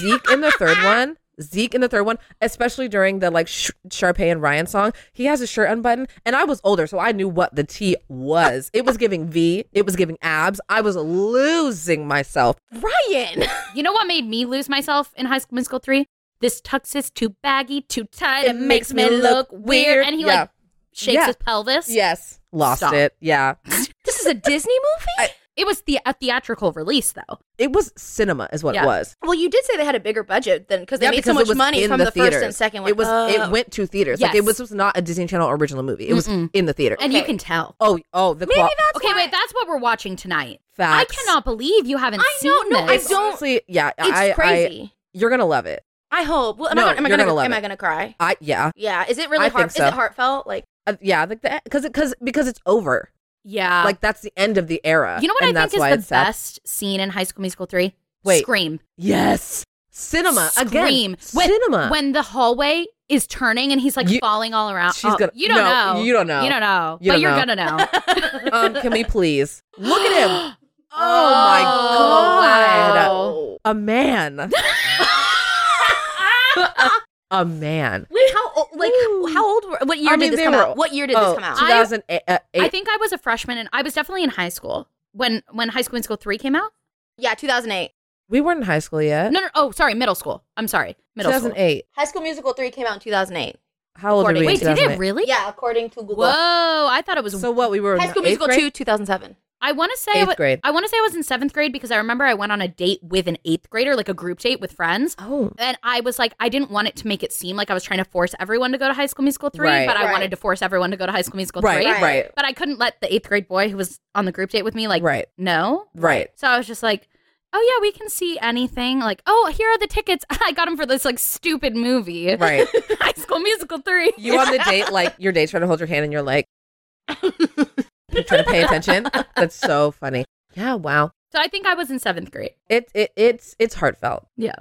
B: Zeke in the third one, Zeke in the third one, especially during the like Sh- Sharpay and Ryan song, he has his shirt unbuttoned, and I was older, so I knew what the T was. It was giving V, it was giving abs. I was losing myself.
C: Ryan.
A: You know what made me lose myself in High School Musical 3? This tux is too baggy, too tight. It, makes me look weird. And he
B: Yeah.
A: like shakes
B: Yeah.
A: his pelvis.
B: Yes, lost
A: Stop.
B: it. Yeah,
C: this is a Disney movie.
A: It was the a theatrical release though.
B: it was cinema, is what
A: Yeah.
B: it was.
C: well, you did say they had a bigger budget than because they
B: Yeah,
C: made
B: because
C: so
B: it
C: much
B: was
C: money
B: in
C: from the,
B: the
C: first and
B: theaters.
C: second one.
B: It was.
C: Oh.
B: It went to theaters. Like
A: Yes.
B: it was, this was not a Disney Channel original movie. It was
A: Mm-mm.
B: in the theater.
A: And you
C: Okay.
A: can tell.
B: oh, oh, the
C: Maybe
B: qual-
C: that's
A: okay,
C: why-
A: wait, that's what we're watching tonight.
B: facts.
A: I cannot believe you haven't
C: I
A: seen
C: know, no, I
A: this.
C: don't-
B: Honestly, yeah,
C: It's
B: I, I,
C: crazy.
B: you're gonna love it.
C: I, hope. Well, am
B: No,
C: I gonna, am I
B: you're
C: gonna,
B: gonna love
C: am
B: it.
C: I gonna cry?
B: I yeah,
C: Yeah. Is it really
B: I
C: heart?
B: think
C: Is
B: so.
C: it heartfelt? Like
B: uh, yeah, like that because because because it's over.
A: Yeah.
B: like that's the end of the era.
A: you know what
B: and
A: I
B: that's
A: think
B: why
A: is
B: it's
A: the
B: sad.
A: best scene in High School Musical 3?
B: Wait.
A: Scream.
B: Yes, cinema
A: Scream.
B: again.
A: When-
B: cinema.
A: When the hallway is turning and he's like
B: You-
A: falling all around.
B: She's
A: Oh,
B: gonna-
A: you don't
B: no,
A: know.
B: you don't know.
A: You don't know.
B: You
A: but
B: don't
A: you're
B: know.
A: gonna know.
B: um, can we please look at him? Oh, my
A: Oh,
B: god,
A: wow.
B: a man, a man.
C: Wait, how old? Like
B: Ooh.
C: how old? Were, what year
B: I
C: did
B: mean,
C: this
B: they
C: come
B: were-
C: out? What year did
B: oh,
C: this come out?
A: I-
B: 2008.
A: I think I was a freshman and I was definitely in high school when when High School Musical 3 came out.
C: yeah, 2008.
B: we weren't in high school yet.
A: No, no, oh, sorry, middle school. I'm sorry. Middle school.
B: 2008.
C: High School Musical three came out in 2008.
B: How old were we? in
C: Recording.
A: Wait, did they
B: 2008?
A: really?
C: Yeah, according to Google.
A: Whoa, I thought it was.
B: So what? We were in
C: High School
B: eighth
C: Musical
B: grade?
C: two 2007.
A: I want to say I
B: Eighth
A: wa-
B: grade.
A: I want to say I was in seventh grade because I remember I went on a date with an eighth grader, like a group date with friends.
B: Oh,
A: And I was like, I didn't want it to make it seem like I was trying to force everyone to go to High School Musical three,
B: Right.
A: but I
C: Right.
A: wanted to force everyone to go to High School Musical
B: right,
A: three.
C: Right.
B: right,
A: But I couldn't let the eighth grade boy who was on the group date with me like
B: right,
A: no.
B: right.
A: So I was just like, oh yeah, we can see anything. Like, oh, here are the tickets. I got them for this like stupid movie,
B: Right.
A: High School Musical three.
B: You on the date, like your date's trying to hold your hand and you're like you're trying to pay attention. That's so funny. Yeah, wow.
A: So I think I was in seventh grade.
B: It it it's it's heartfelt.
A: Yeah.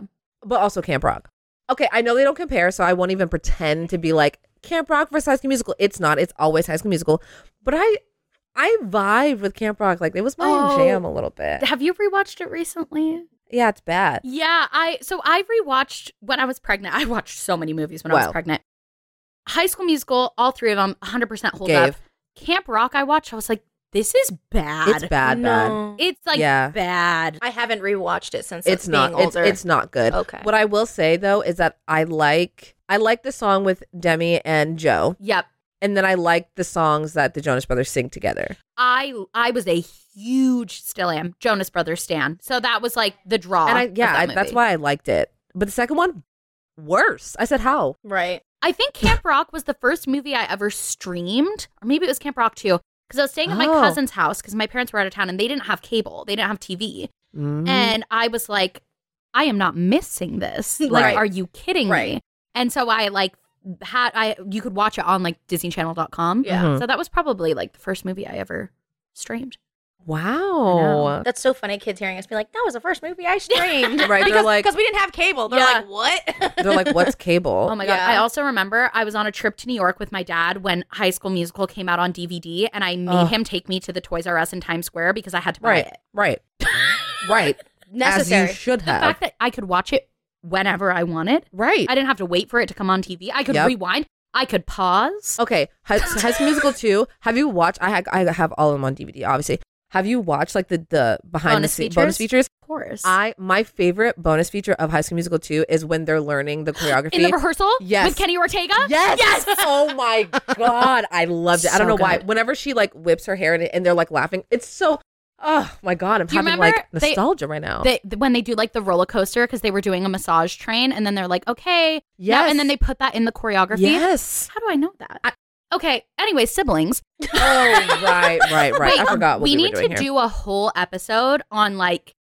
B: But also Camp Rock. Okay, I know they don't compare, so I won't even pretend to be like Camp Rock versus High School Musical. It's not. It's always High School Musical. But I I vibe with Camp Rock. Like it was my
A: Oh.
B: jam a little bit.
A: Have you rewatched it recently?
B: Yeah, it's bad.
A: Yeah, I so I rewatched when I was pregnant. I watched so many movies when I was
B: Wow.
A: pregnant. High School Musical, all three of them, 100% hold up.
B: Gave.
A: Camp Rock, I watched. I was like, this is bad.
B: It's bad, bad.
A: It's like
B: Yeah.
A: bad.
C: I haven't rewatched it since
B: It's
C: it's
B: not.
C: being
B: It's,
C: older.
B: it's not good.
C: Okay.
B: What I will say though is that I like I like the song with Demi and Joe,
A: Yep.
B: and then I like the songs that the Jonas Brothers sing together.
A: I I was a huge still am Jonas Brothers stan. So that was like the draw.
B: and I
A: of
B: yeah,
A: that
B: I, that's
A: movie.
B: why I liked it. But the second one, worse. I said how?
C: right.
A: I think Camp Rock was the first movie I ever streamed, or maybe it was Camp Rock too, because I was staying at my
B: Oh.
A: cousin's house because my parents were out of town and they didn't have cable, they didn't have TV,
B: Mm-hmm.
A: and I was like, I am not missing this. Like,
B: Right.
A: are you kidding me?
C: Right.
A: And so I like had I you could watch it on like DisneyChannel.com.
C: Yeah.
B: Mhm.
A: So that was probably like the first movie I ever streamed.
B: Wow.
C: That's so funny. Kids hearing us be like, "That was the first movie I streamed."
B: Right, they're
C: Because
B: like-
C: because we didn't have cable. They're
A: Yeah.
C: like, "What?"
B: They're like, what's cable?
A: Oh my god!
C: Yeah.
A: I also remember I was on a trip to New York with my dad when High School Musical came out on DVD, and I made
B: Ugh.
A: him take me to the Toys R Us in Times Square because I had to buy
B: right,
A: it.
B: right, right. As
C: necessary.
B: you should
A: The
B: have.
A: fact that I could watch it whenever I wanted,
B: right.
A: I didn't have to wait for it to come on TV. I could
B: Yep.
A: rewind. I could pause.
B: Okay, High, so High School Musical two. Have you watched? I ha- I have all of them on DVD, obviously. Have you watched like the the behind
A: Bonus
B: the scenes bonus
A: features?
B: features?
A: Of course.
B: I my favorite bonus feature of High School Musical two is when they're learning the choreography.
A: in the rehearsal
B: Yes.
A: with Kenny Ortega.
B: Yes. Oh my god, I loved it. I don't
A: So
B: know why.
A: good.
B: Whenever she like whips her hair and, and they're like laughing, it's so. Oh my god, I'm
A: Do you
B: having
A: remember
B: like
A: they-
B: nostalgia right now.
A: They, when they do like the roller coaster because they were doing a massage train, and then they're like, okay, now-
B: Yes.
A: and then they put that in the choreography.
B: yes.
A: How do I know that? okay. Anyway, siblings.
B: oh right, right, right. I
A: Wait, um,
B: forgot what we,
A: we
B: were
A: need
B: doing
A: to
B: here.
A: do a whole episode on like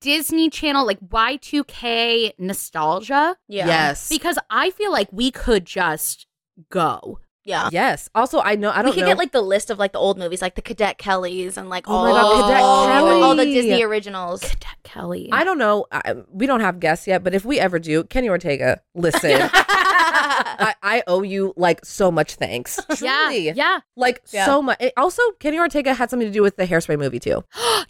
A: Disney Channel, like Y2K nostalgia,
C: yeah.
B: Yes.
A: because I feel like we could just go.
C: Yeah.
B: yes. Also, I know. I don't
C: we could
B: know.
C: get like the list of like the old movies, like the Cadet Kellys and like
B: Oh
C: all,
B: my God, Cadet
C: all the-
B: Kelly.
C: all the Disney originals.
A: Cadet Kelly.
B: I don't know. I, we don't have guests yet, but if we ever do, Kenny Ortega, listen, I, I owe you like so much thanks.
A: yeah,
B: Truly.
A: yeah.
B: Like
C: Yeah.
B: so much. And also, Kenny Ortega had something to do with the Hairspray movie too.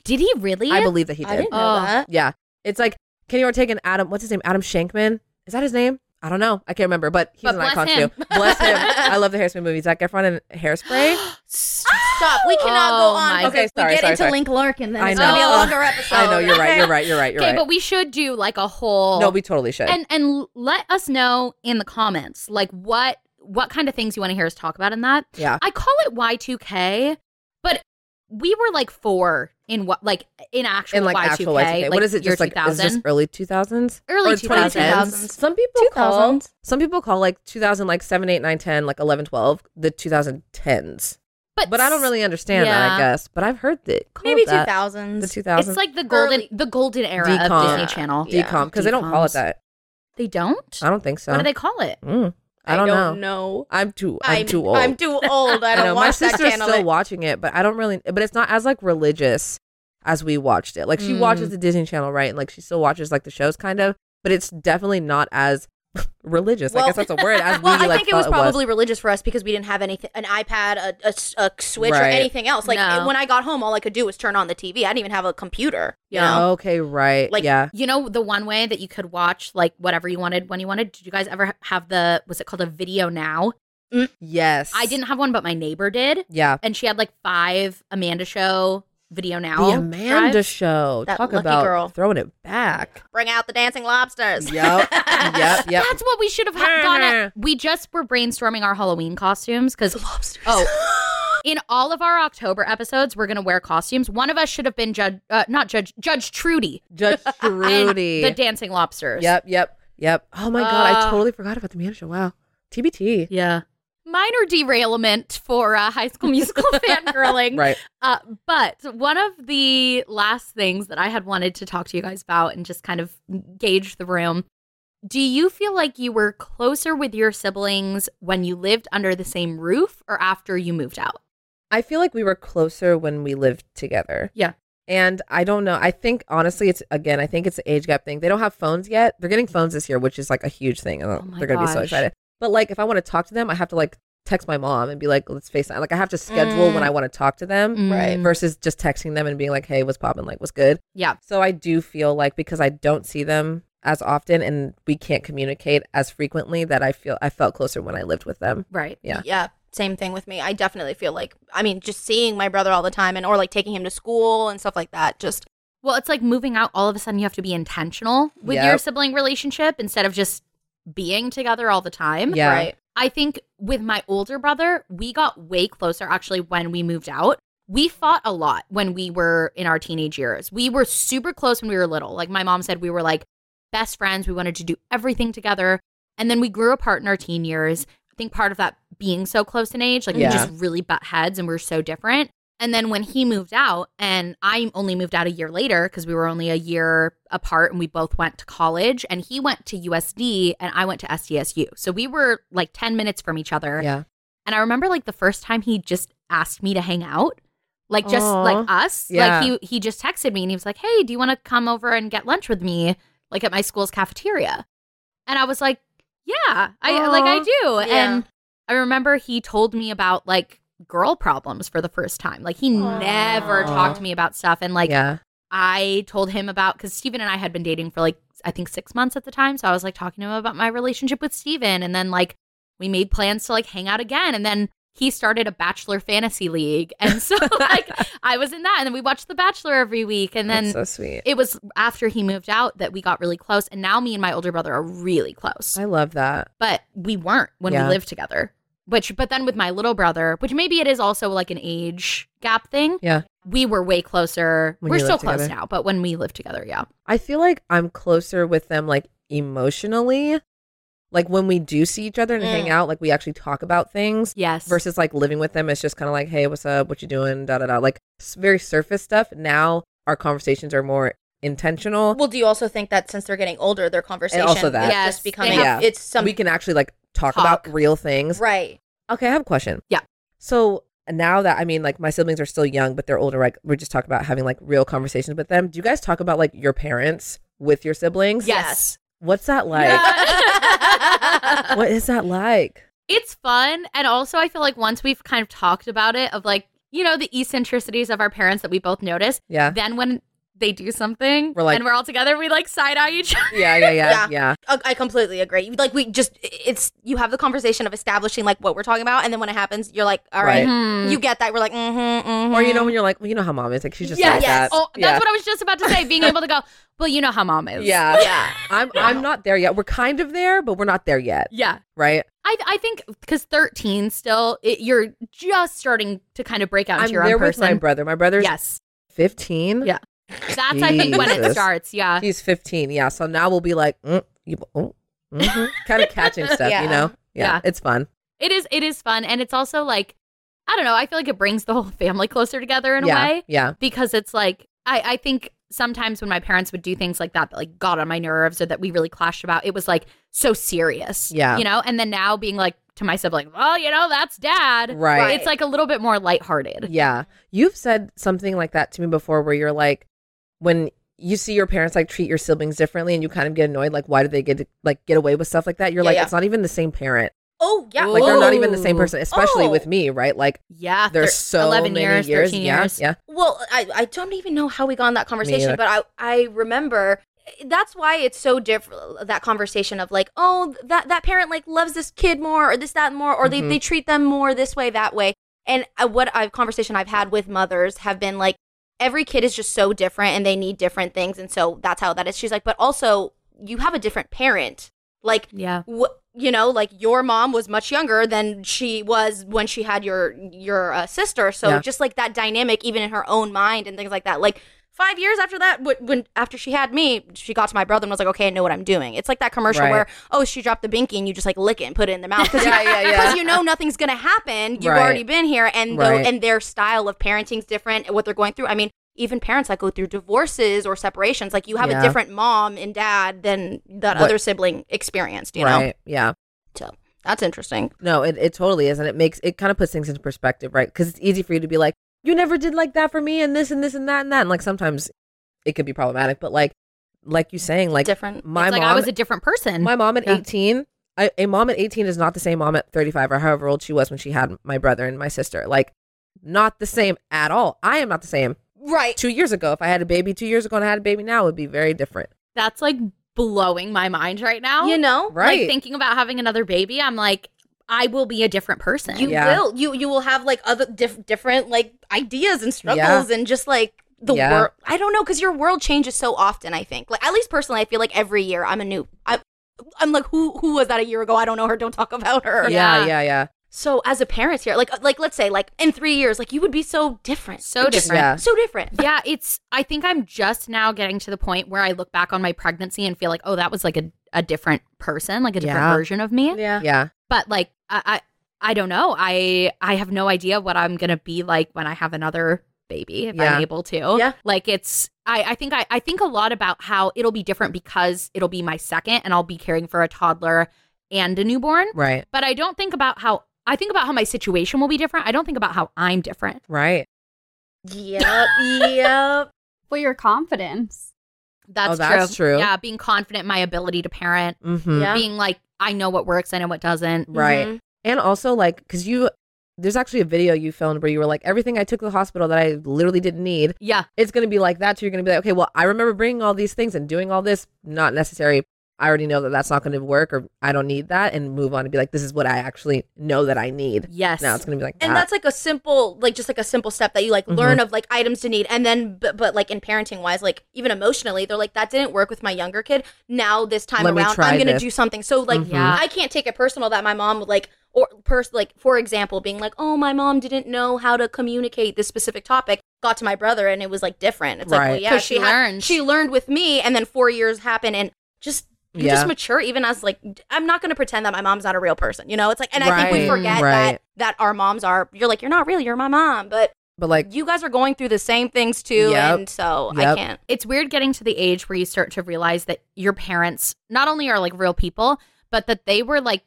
A: Did he really?
B: I believe that he
C: I
B: did.
C: didn't know
A: Oh.
C: that.
B: Yeah. It's like Kenny Ortega and Adam, what's his name? Adam Shankman? Is that his name? I don't know. I can't remember, but he's
A: But
B: an
A: bless
B: icon
A: him.
B: too. Bless him. I love the Hairspray movie. Zac Efron and Hairspray.
C: Stop. We cannot
A: Oh
C: go on.
A: my-
C: because
B: Okay,
C: if
B: sorry,
C: we get
B: sorry,
C: into
B: sorry.
C: Link Larkin, then
B: I
C: it's gonna
A: know.
C: be a
A: Oh.
C: longer episode.
B: I know you're right. You're right. You're right. You're
A: okay,
B: right.
A: but we should do like a whole.
B: no, we totally should.
A: and and let us know in the comments like what what kind of things you want to hear us talk about in that.
B: yeah.
A: I call it Y2K, but we were like four in what like in actual
B: And like
A: Y2K.
B: actual Y2K. what is it?
A: year
B: Just like is
A: 2000?
B: this early two thousands?
A: early
B: or
A: 2010s.
C: 2010s.
B: Some people call
C: 2000s.
B: some people call like 2000 like 7 8 9 10 like 11 12 the 2010s. But I don't really understand that,
A: yeah.
B: I guess. But I've heard that called
C: Maybe two
B: that,
C: thousands.
B: the
A: It's
B: 2000s
A: like the golden
C: Early-
A: the golden era
B: Decom.
A: of Disney Channel.
C: Yeah.
B: decom because they don't call it
A: Decoms.
B: that.
A: They don't.
B: I don't think so.
A: What do they call it?
B: Mm, I, don't know.
C: know.
B: I'm too. I'm, too old.
C: I'm too old. I
B: I
C: don't
B: know my
C: watch that
B: sister's
C: channel.
B: still watching it, but I don't really. But it's not as like religious as we watched it. Like she
A: Mm.
B: watches the Disney Channel, right? And like she still watches like the shows, kind of. But it's definitely not as religious. I
C: Well-
B: guess that's a word. As
C: well,
B: we
C: I
B: like
C: think it was
B: thought
C: probably religious for us because we didn't have anything, an iPad, a, a s- a Switch, or
B: Right.
C: anything else. Like
A: No.
C: when I got home, all I could do was turn on the TV. I didn't even have a computer. You
A: Yeah.
C: know,
B: Okay, right.
C: Like-
B: yeah.
A: You know the one way that you could watch like whatever you wanted when you wanted. Did you guys ever ha- have the was it called a video now?
B: Yes.
A: I didn't have one, but my neighbor did,
B: Yeah.
A: and she had like five Amanda Show video now.
B: The Amanda
A: drives.
B: Show.
C: That
B: Talk
C: lucky
B: about
C: girl.
B: throwing it back.
C: bring out the dancing lobsters.
B: Yep. yep. Yep.
A: That's what we should have ha- gone at. We just were brainstorming our Halloween costumes because
C: lobsters.
A: Oh. in all of our October episodes, we're gonna wear costumes. One of us should have been Judge, uh, not Judge, Judge Trudy,
B: Judge
A: and
B: Trudy.
A: the Dancing Lobsters.
B: Yep, yep, yep. Oh my god, I
A: Uh,
B: totally forgot about the Amanda Show. Wow, TBT.
A: yeah. Minor derailment for uh, High School Musical fangirling,
B: Right.
A: Uh, but one of the last things that I had wanted to talk to you guys about and just kind of gauge the room. Do you feel like you were closer with your siblings when you lived under the same roof or after you moved out?
B: I feel like we were closer when we lived together.
A: Yeah.
B: And I don't know. I think honestly, it's again. I think it's an age gap thing. They don't have phones yet. They're getting phones this year, which is like a huge thing. and
A: Oh my
B: They're gonna be so
A: gosh.
B: excited. But like, if I want to talk to them, I have to like text my mom and be like, let's FaceTime. Like I have to schedule when I want to talk to them
C: Right.
B: versus just texting them and being like, hey, what's poppin'? Like, what's good?
A: Mm. Yeah.
B: So I do feel like because I don't see them as often and we can't communicate as frequently that I feel I felt closer when I lived with them.
A: Right.
B: Yeah.
C: yeah same thing with me i definitely feel like i mean just seeing my brother all the time and or like taking him to school and stuff like that just
A: Well, it's like moving out. All of a sudden, you have to be intentional with your
B: Yep.
A: sibling relationship instead of just being together all the time.
B: Yeah.
C: right
A: I think with my older brother, we got way closer actually when we moved out. We fought a lot when we were in our teenage years. We were super close when we were little. Like my mom said, we were like best friends. We wanted to do everything together. And then we grew apart in our teen years. I think part of that being so close in age, like
B: Yeah.
A: we just really butt heads and we were so different. And then when he moved out, and I only moved out a year later because we were only a year apart and we both went to college, and he went to USD and I went to SDSU. So we were like 10 minutes from each other.
B: Yeah.
A: And I remember like the first time he just asked me to hang out, like just
B: Aw.
A: like us.
B: Yeah.
A: Like he he just texted me and he was like, "Hey, do you want to come over and get lunch with me, like at my school's cafeteria?" And I was like, "Yeah, I like I
B: Aw.
A: do."
C: Yeah.
A: And I remember he told me about like girl problems for the first time. Like he never
C: Aw.
A: talked to me about stuff and like
B: yeah.
A: I told him about because Steven and I had been dating for like I think six months at the time. So I was like talking to him about my relationship with Steven. And then like we made plans to like hang out again. And then he started a Bachelor Fantasy League. And so like I was in that. And then we watched The Bachelor every week. And then
B: That's so sweet.
A: it was after he moved out that we got really close. And now me and my older brother are really close
B: I love that.
A: but we weren't when
B: Yeah.
A: we lived together. Which, but then with my little brother, which maybe it is also like an age gap thing.
B: Yeah.
A: We were way closer.
B: When
A: we're
B: you
A: still
B: lived
A: close
B: together.
A: now, but when we lived together, yeah.
B: I feel like I'm closer with them like emotionally. Like when we do see each other and hang
A: Mm.
B: out, like we actually talk about things
A: Yes.
B: versus like living with them. It's just kind of like, hey, what's up? What you doing? Da da da. Like s- very surface stuff. Now our conversations are more intentional.
C: well do you also think that since they're getting older their conversation
B: also that.
C: is
A: Yes,
C: just becoming
B: they have-
C: it's some
B: we can actually like talk,
C: Talk.
B: about real things.
C: right
B: Okay, I have a question.
A: Yeah.
B: So now that I mean, like my siblings are still young, but they're older. Like we just talk about having like real conversations with them. Do you guys talk about like your parents with your siblings?
A: yes.
B: What's that like? What is that like?
A: It's fun. And also, I feel like once we've kind of talked about it, of like, you know, the eccentricities of our parents that we both notice,
B: Yeah.
A: then when they do something
B: We're like-
A: and we're all together, we like side eye each other.
B: Yeah, yeah, yeah,
C: Yeah.
B: yeah.
C: I I completely agree. You- Like we just, it's you have the conversation of establishing like what we're talking about, and then when it happens, you're like, all right,
B: Right.
C: you get that. We're like, mm-hmm,
B: Or you know when you're like, well, you know how mom is. Like she's just like that.
A: Oh, that's
B: yeah.
A: what I was just about to say. Being able to go, well, you know how mom is.
B: yeah.
C: yeah,
B: I'm I'm not there yet. We're kind of there, but we're not there yet.
A: Yeah.
B: Right?
A: I, I think because 13 still, it, you're just starting to kind of break out into
B: I'm
A: your
B: there
A: own
B: with my
A: person.
B: brother. My brother's
A: yes.
B: 15.
A: Yeah. That's, I think, when it
B: Jesus.
A: starts. Yeah.
B: He's 15. Yeah. So now we'll be like, mm, you, oh, hmm kind of catching stuff,
C: Yeah.
B: you know? Yeah,
A: Yeah.
B: It's fun.
A: It is, it is fun. And it's also like, I don't know, I feel like it brings the whole family closer together in
B: yeah.
A: a way
B: Yeah.
A: because it's like, I, I think sometimes when my parents would do things like that, that like got on my nerves or that we really clashed about, it was like so serious.
B: Yeah.
A: You know? And then now being like to my sibling, well, you know, that's dad.
B: Right.
A: It's like a little bit more lighthearted.
B: Yeah. You've said something like that to me before where you're like, when you see your parents like treat your siblings differently and you kind of get annoyed, like, why do they get to, like get away with stuff like that? You're
C: Yeah,
B: like,
C: yeah.
B: it's not even the same parent.
C: oh yeah,
B: Like, they're not even the
A: Ooh.
B: same person, especially with
C: Oh.
B: me, right? Like,
A: Yeah.
B: there's
A: thir-
B: so
A: 11
B: many
A: years,
B: years.
A: 13
B: yeah.
A: years.
B: Yeah.
C: Well, I, I don't even know how we got in that
B: either.
C: conversation, but I I remember that's why it's so different that conversation of like oh that that parent like loves this kid more or this that more or
B: Mhm.
C: they, they treat them more this way that way and uh, what I've conversation I've had with mothers have been like every kid is just so different and they need different things and so that's how that is she's like but also you have a different parent like
A: Yeah.
C: wh- you know like your mom was much younger than she was when she had your your uh, sister so
B: Yeah.
C: just like that dynamic even in her own mind and things like that like five years after that when, when after she had me she got to my brother and was like okay i know what i'm doing it's like that commercial
B: Right.
C: where oh she dropped the binky and you just like lick it and put it in the mouth because
B: Yeah, yeah, yeah.
C: you know nothing's gonna happen you've
B: Right.
C: already been here and though
B: Right.
C: and their style of parenting's different what they're going through i mean even parents that go through divorces or separations like you have
B: Yeah.
C: a different mom and dad than that
B: What-
C: other sibling experienced you know
B: right. Yeah.
C: so that's interesting.
B: No, it, it totally is. And it makes, it kind of puts things into perspective, right? Because it's easy for you to be like, you never did like that for me and this and this and that and that. And like sometimes it could be problematic, but like, like you saying, like
C: Different.
B: my
A: it's like
B: mom
A: I was a different person.
B: My mom at
A: Yeah.
B: 18, I, a mom at 18 is not the same mom at 35 or however old she was when she had my brother and my sister. Like, not the same at all. I am not the same.
C: Right.
B: Two years ago, if I had a baby two years ago and I had a baby now, it would be very different.
A: That's like blowing my mind right now.
C: You know?
B: Right.
A: Like thinking about having another baby, I'm like, I will be a different person.
C: You
B: Yeah.
C: will. You you will have like other diff- different like ideas and struggles and just like the
B: Yeah.
C: world. I don't know because your world changes so often. I think like at least personally, I feel like every year I'm a new. I, I'm like who who was that a year ago? I don't know her. Don't talk about her.
B: Yeah,
A: Yeah.
B: yeah, yeah.
C: So as a parent here, like like let's say like in three years, like you would be so different.
A: So
C: Just
A: different.
B: Yeah.
C: So different.
A: yeah, it's I think I'm just now getting to the point where I look back on my pregnancy and feel like, oh, that was like a, a different person, like a different
B: Yeah.
A: version of me.
C: Yeah.
B: Yeah.
A: But like I, I I don't know. I I have no idea what I'm gonna be like when I have another baby if
B: Yeah.
A: I'm able to.
C: Yeah.
A: Like it's I, I think I, I think a lot about how it'll be different because it'll be my second and I'll be caring for a toddler and a newborn.
B: Right.
A: But I don't think about how I think about how my situation will be different. I don't think about how I'm different.
B: Right.
C: Yep. yep.
D: Well, your confidence.
A: That's,
B: Oh, that's true.
A: Yeah, being confident in my ability to parent,
B: Mm-hmm.
C: Yeah.
A: being like, I know what works, I know what doesn't.
B: Right.
C: Mhm.
B: And also, like, because you, there's actually a video you filmed where you were like, everything I took to the hospital that I literally didn't need,
A: Yeah.
B: it's going to be like that. So you're going to be like, okay, well, I remember bringing all these things and doing all this, not necessary. I already know that that's not going to work or I don't need that and move on and be like, this is what I actually know that I need.
A: Yes.
B: Now it's going to be like,
C: and
B: that. Mm-hmm.
C: that's like a simple like just like a simple step that you like learn of like items to need and then but, but like in parenting wise like even emotionally they're like that didn't work with my younger kid now this time
B: Let me
C: around
B: try
C: i'm gonna
B: this.
C: do something so like
B: Mhm.
A: Yeah.
C: i can't take it personal that my mom would like or pers- like for example being like oh my mom didn't know how to communicate this specific topic got to my brother and it was like different it's like well
B: Right.
C: yeah
A: 'Cause she
C: had-
A: learned.
C: she learned with me and then four years happened and just you
B: Yeah.
C: just mature even as like d- i'm not going to pretend that my mom's not a real person you know it's like and i think we
B: Right.
C: forget
B: Right.
C: that that our moms are you're like you're not real you're my mom but
B: but like,
C: you guys are going through the same things too
B: Yep.
C: and so i
B: Yep.
C: can't
A: it's weird getting to the age where you start to realize that your parents not only are like real people, but that they were like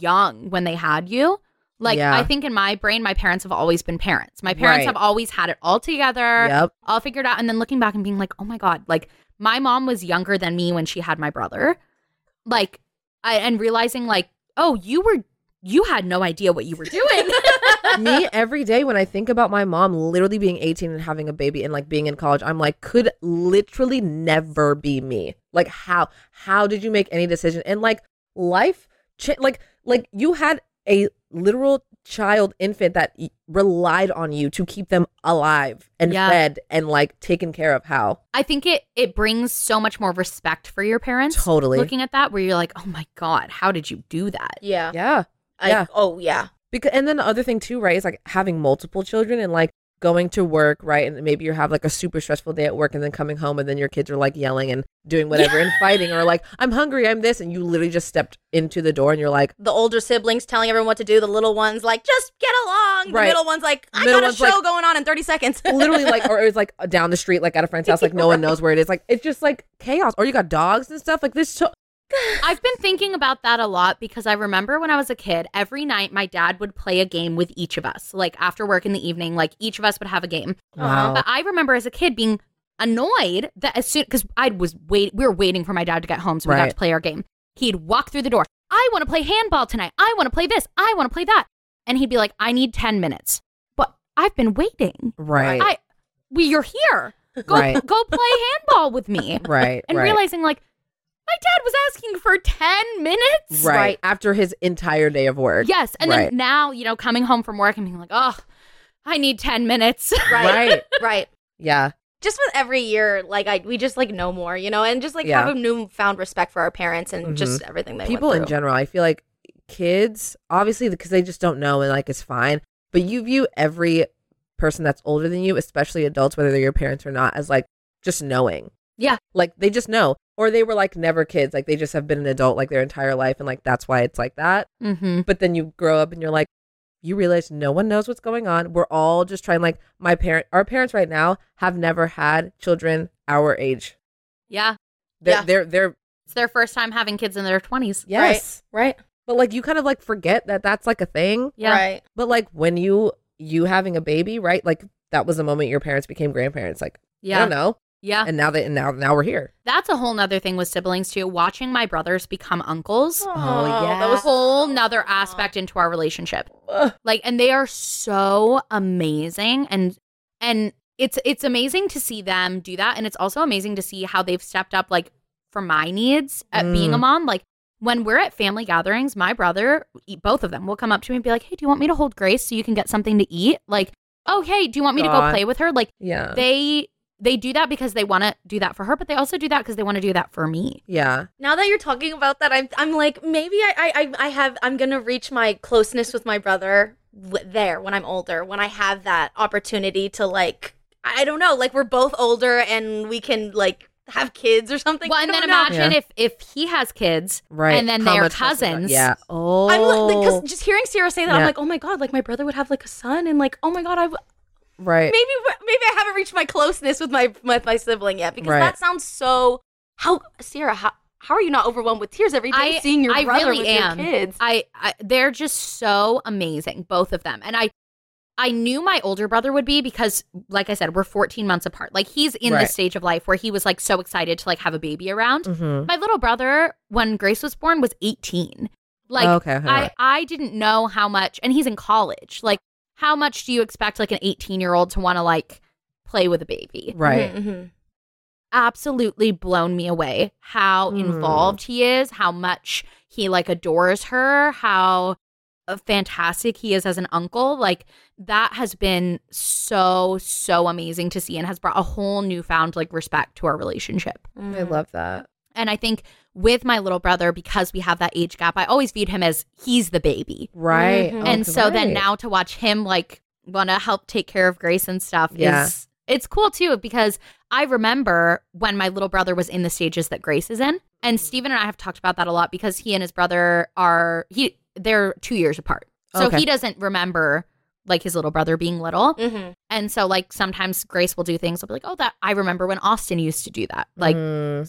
A: young when they had you. Like
B: Yeah.
A: I think in my brain, my parents have always been parents. My parents
B: Right.
A: have always had it all together,
B: yep.
A: all figured out. And then looking back and being like, oh my God, like my mom was younger than me when she had my brother. Like I and realizing like, oh, you were you had no idea what you were doing.
B: me every day when I think about my mom literally being 18 and having a baby and like being in college, I'm like, could literally never be me. Like, how how did you make any decision? And like, life, cha- like like you had a literal child infant that y- relied on you to keep them alive and
A: Yeah.
B: fed and like taken care of. How
A: I think it it brings so much more respect for your parents.
B: totally?
A: looking at that where you're like, oh my God, how did you do that?
C: yeah,
B: yeah.
C: I,
B: yeah.
C: oh yeah
B: because and then the other thing too right is like having multiple children and like going to work right and maybe you have like a super stressful day at work and then coming home and then your kids are like yelling and doing whatever and fighting or like i'm hungry i'm this and you literally just stepped into the door and you're like
C: the older siblings telling everyone what to do the little ones like just get along the
B: Right.
C: middle ones like i
B: Middle
C: got a
B: one's
C: show
B: like-
C: going on in 30 seconds
B: literally like or it was like uh, down the street like at a friend's house like no one knows where it is like it's just like chaos or you got dogs and stuff like this so-
A: I've been thinking about that a lot because I remember when I was a kid, every night my dad would play a game with each of us. Like after work in the evening, like each of us would have a game.
B: Wow.
A: But Uh-huh. I remember as a kid being annoyed that as soon because I was wait we were waiting for my dad to get home so we got
B: Right.
A: to play our game. He'd walk through the door. I want to play handball tonight. I want to play this. I want to play that. And he'd be like, I need 10 minutes. But I've been waiting.
B: right
A: I we you're here. Go
B: Right.
A: go play handball with me.
B: right
A: and
B: right.
A: realizing like my dad was asking for 10 minutes
B: right after his entire day of work
A: yes and
B: Right.
A: then now you know coming home from work and being like oh i need 10 minutes
C: right
B: right
C: right
B: yeah
C: just with every year like i we just like know more you know and just like
B: Yeah. Mm-hmm.
C: have a newfound respect for our parents and just everything they
B: people
C: went
B: in
C: through.
B: general i feel like kids obviously because they just don't know and like it's fine but you view every person that's older than you especially adults whether they're your parents or not as like just knowing
A: Yeah.
B: like they just know or they were like never kids like they just have been an adult like their entire life and like that's why it's like that
A: mm-hmm.
B: but then you grow up and you're like you realize no one knows what's going on we're all just trying like my parent our parents right now have never had children our age
A: yeah
B: they're
C: Yeah.
B: they're, they're
A: it's their first time having kids in their 20s
B: yes
C: right
B: but like you kind of like forget that that's like a thing
A: yeah
C: right
B: But like when you you having a baby, right? Like that was the moment your parents became grandparents. Like I
A: yeah
B: don't know.
A: Yeah.
B: and now that and now now we're here.
A: That's a whole nother thing with siblings too. Watching my brothers become uncles.
B: Oh, yeah.
A: That was a whole nother aspect into our relationship.
B: Ugh.
A: Like, and they are so amazing and and it's it's amazing to see them do that. And it's also amazing to see how they've stepped up like for my needs at being a
B: Mm.
A: mom. Like when we're at family gatherings, my brother, e- both of them, will come up to me and be like, Hey, do you want me to hold Grace so you can get something to eat? Like, oh hey, do you want me to go
B: God.
A: play with her? Like
B: Yeah,
A: they they do that because they want to do that for her, but they also do that because they want to do that for me.
B: yeah.
C: Now that you're talking about that, I'm I'm like maybe I I I- I have I'm gonna reach my closeness with my brother w- there when I'm older when I have that opportunity to like I I don't know like we're both older and we can like have kids or something.
A: well,
C: I
A: and
C: don't
A: then
C: know.
A: imagine
B: Yeah.
A: if if he has kids,
B: Right.
A: And then
B: How
A: they're
B: much fun is
A: cousins.
B: that? Yeah. Oh,
C: I'm like because just hearing Sierra say that I'm
B: Yeah.
C: like oh my god like my brother would have like a son and like oh my god I w-
B: right.
C: maybe maybe I haven't reached my closeness with my with my sibling yet because
B: Right.
C: that sounds so how Sierra how how are you not overwhelmed with tears every day
A: I-
C: seeing your
A: I
C: brother
A: really
C: with
A: am.
C: your kids?
A: I, I they're just so amazing, both of them. And I I knew my older brother would be because, like I said, we're 14 months apart. Like he's in
B: Right.
A: this stage of life where he was like so excited to like have a baby around.
C: Mm-hmm.
B: Mhm.
A: My little brother, when Grace was born, was 18. Like
B: Oh, Okay, okay,
A: I,
B: right.
A: I didn't know how much, and he's in college. Like, how much do you expect like an 18 year old to want to like play with a baby?
B: Right.
C: Mhm, mhm.
A: absolutely blown me away how
C: Mm.
B: Hmm.
A: involved he is, how much he like adores her, how uh, fantastic he is as an uncle. Like that has been so so amazing to see and has brought a whole newfound like respect to our relationship.
B: I
C: Mm.
B: love that.
A: And I think with my little brother because we have that age gap, I always viewed him as he's the baby.
B: Right.
C: Mhm.
A: Mm-hmm. and
B: Okay,
A: so then
B: right.
A: now to watch him like want to help take care of Grace and stuff
B: Yeah.
A: is it's cool too because I remember when my little brother was in the stages that Grace is in, and Steven and I have talked about that a lot because he and his brother are he they're two years apart, so
B: Okay.
A: he doesn't remember like his little brother being little,
C: Mhm.
A: and so like sometimes Grace will do things. I'll be like, oh, that I remember when Austin used to do that, like
B: Mm.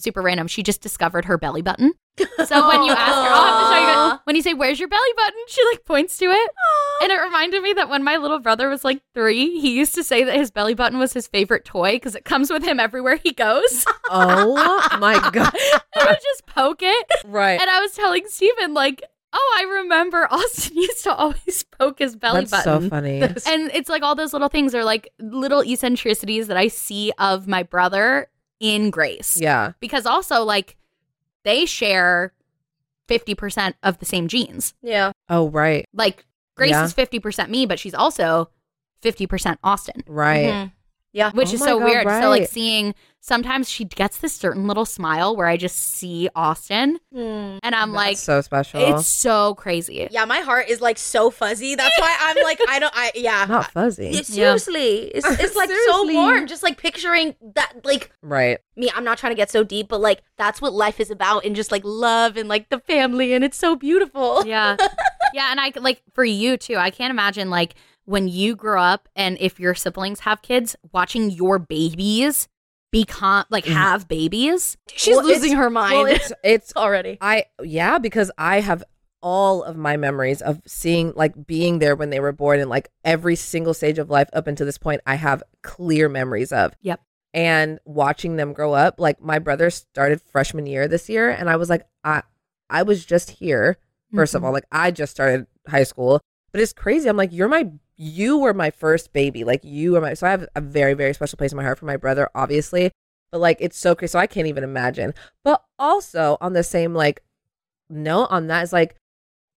A: super random. She just discovered her belly button. So when you ask her, I'll have to show you guys. When you say, "Where's your belly button?" she like points to it, and it reminded me that when my little brother was like three, he used to say that his belly button was his favorite toy because it comes with him everywhere he goes.
B: oh my god.
A: he would just poke it,
B: Right.
A: and I was telling Steven like, "Oh, I remember Austin used to always poke his belly
B: That's
A: button."
B: so funny.
A: And it's like all those little things are like little eccentricities that I see of my brother in Grace
B: yeah.
A: because also like they share 50% of the same genes.
C: Yeah.
B: Oh right.
A: Like Grace
B: Yeah.
A: is 50% me, but she's also 50% Austin,
B: Right.
C: Mhm.
A: which
B: Oh
A: is
B: my
A: so
B: God,
A: weird. So like
B: right.
A: seeing sometimes she gets this certain little smile where I just see Austin and I'm
B: That's
A: Mm-hmm. like
B: so special.
A: it's so crazy.
C: Yeah, my heart is like so fuzzy. That's why I'm like I don't I yeah.
B: not fuzzy.
C: Yeah, seriously. It's, it's like
B: Seriously.
C: so warm just like picturing that like
B: right.
C: me I'm not trying to get so deep, but like that's what life is about and just like love and like the family and it's so beautiful.
A: yeah yeah and i c- like for you too i can't imagine like when you grow up and if your siblings have kids watching your babies become like have babies
C: Mm. She's
B: Well,
C: losing her mind
B: Well, it's it's
C: already.
B: I yeah because I have all of my memories of seeing like being there when they were born and like every single stage of life up until this point I have clear memories of.
A: Yep.
B: And watching them grow up, like my brother started freshman year this year and I was like I I was just here 1st of all like I just started high school, but it's crazy. I'm like you're my you were my first baby. Like you are my so I have a very very special place in my heart for my brother obviously. But like it's so crazy. So I can't even imagine. But also on the same like note on that is like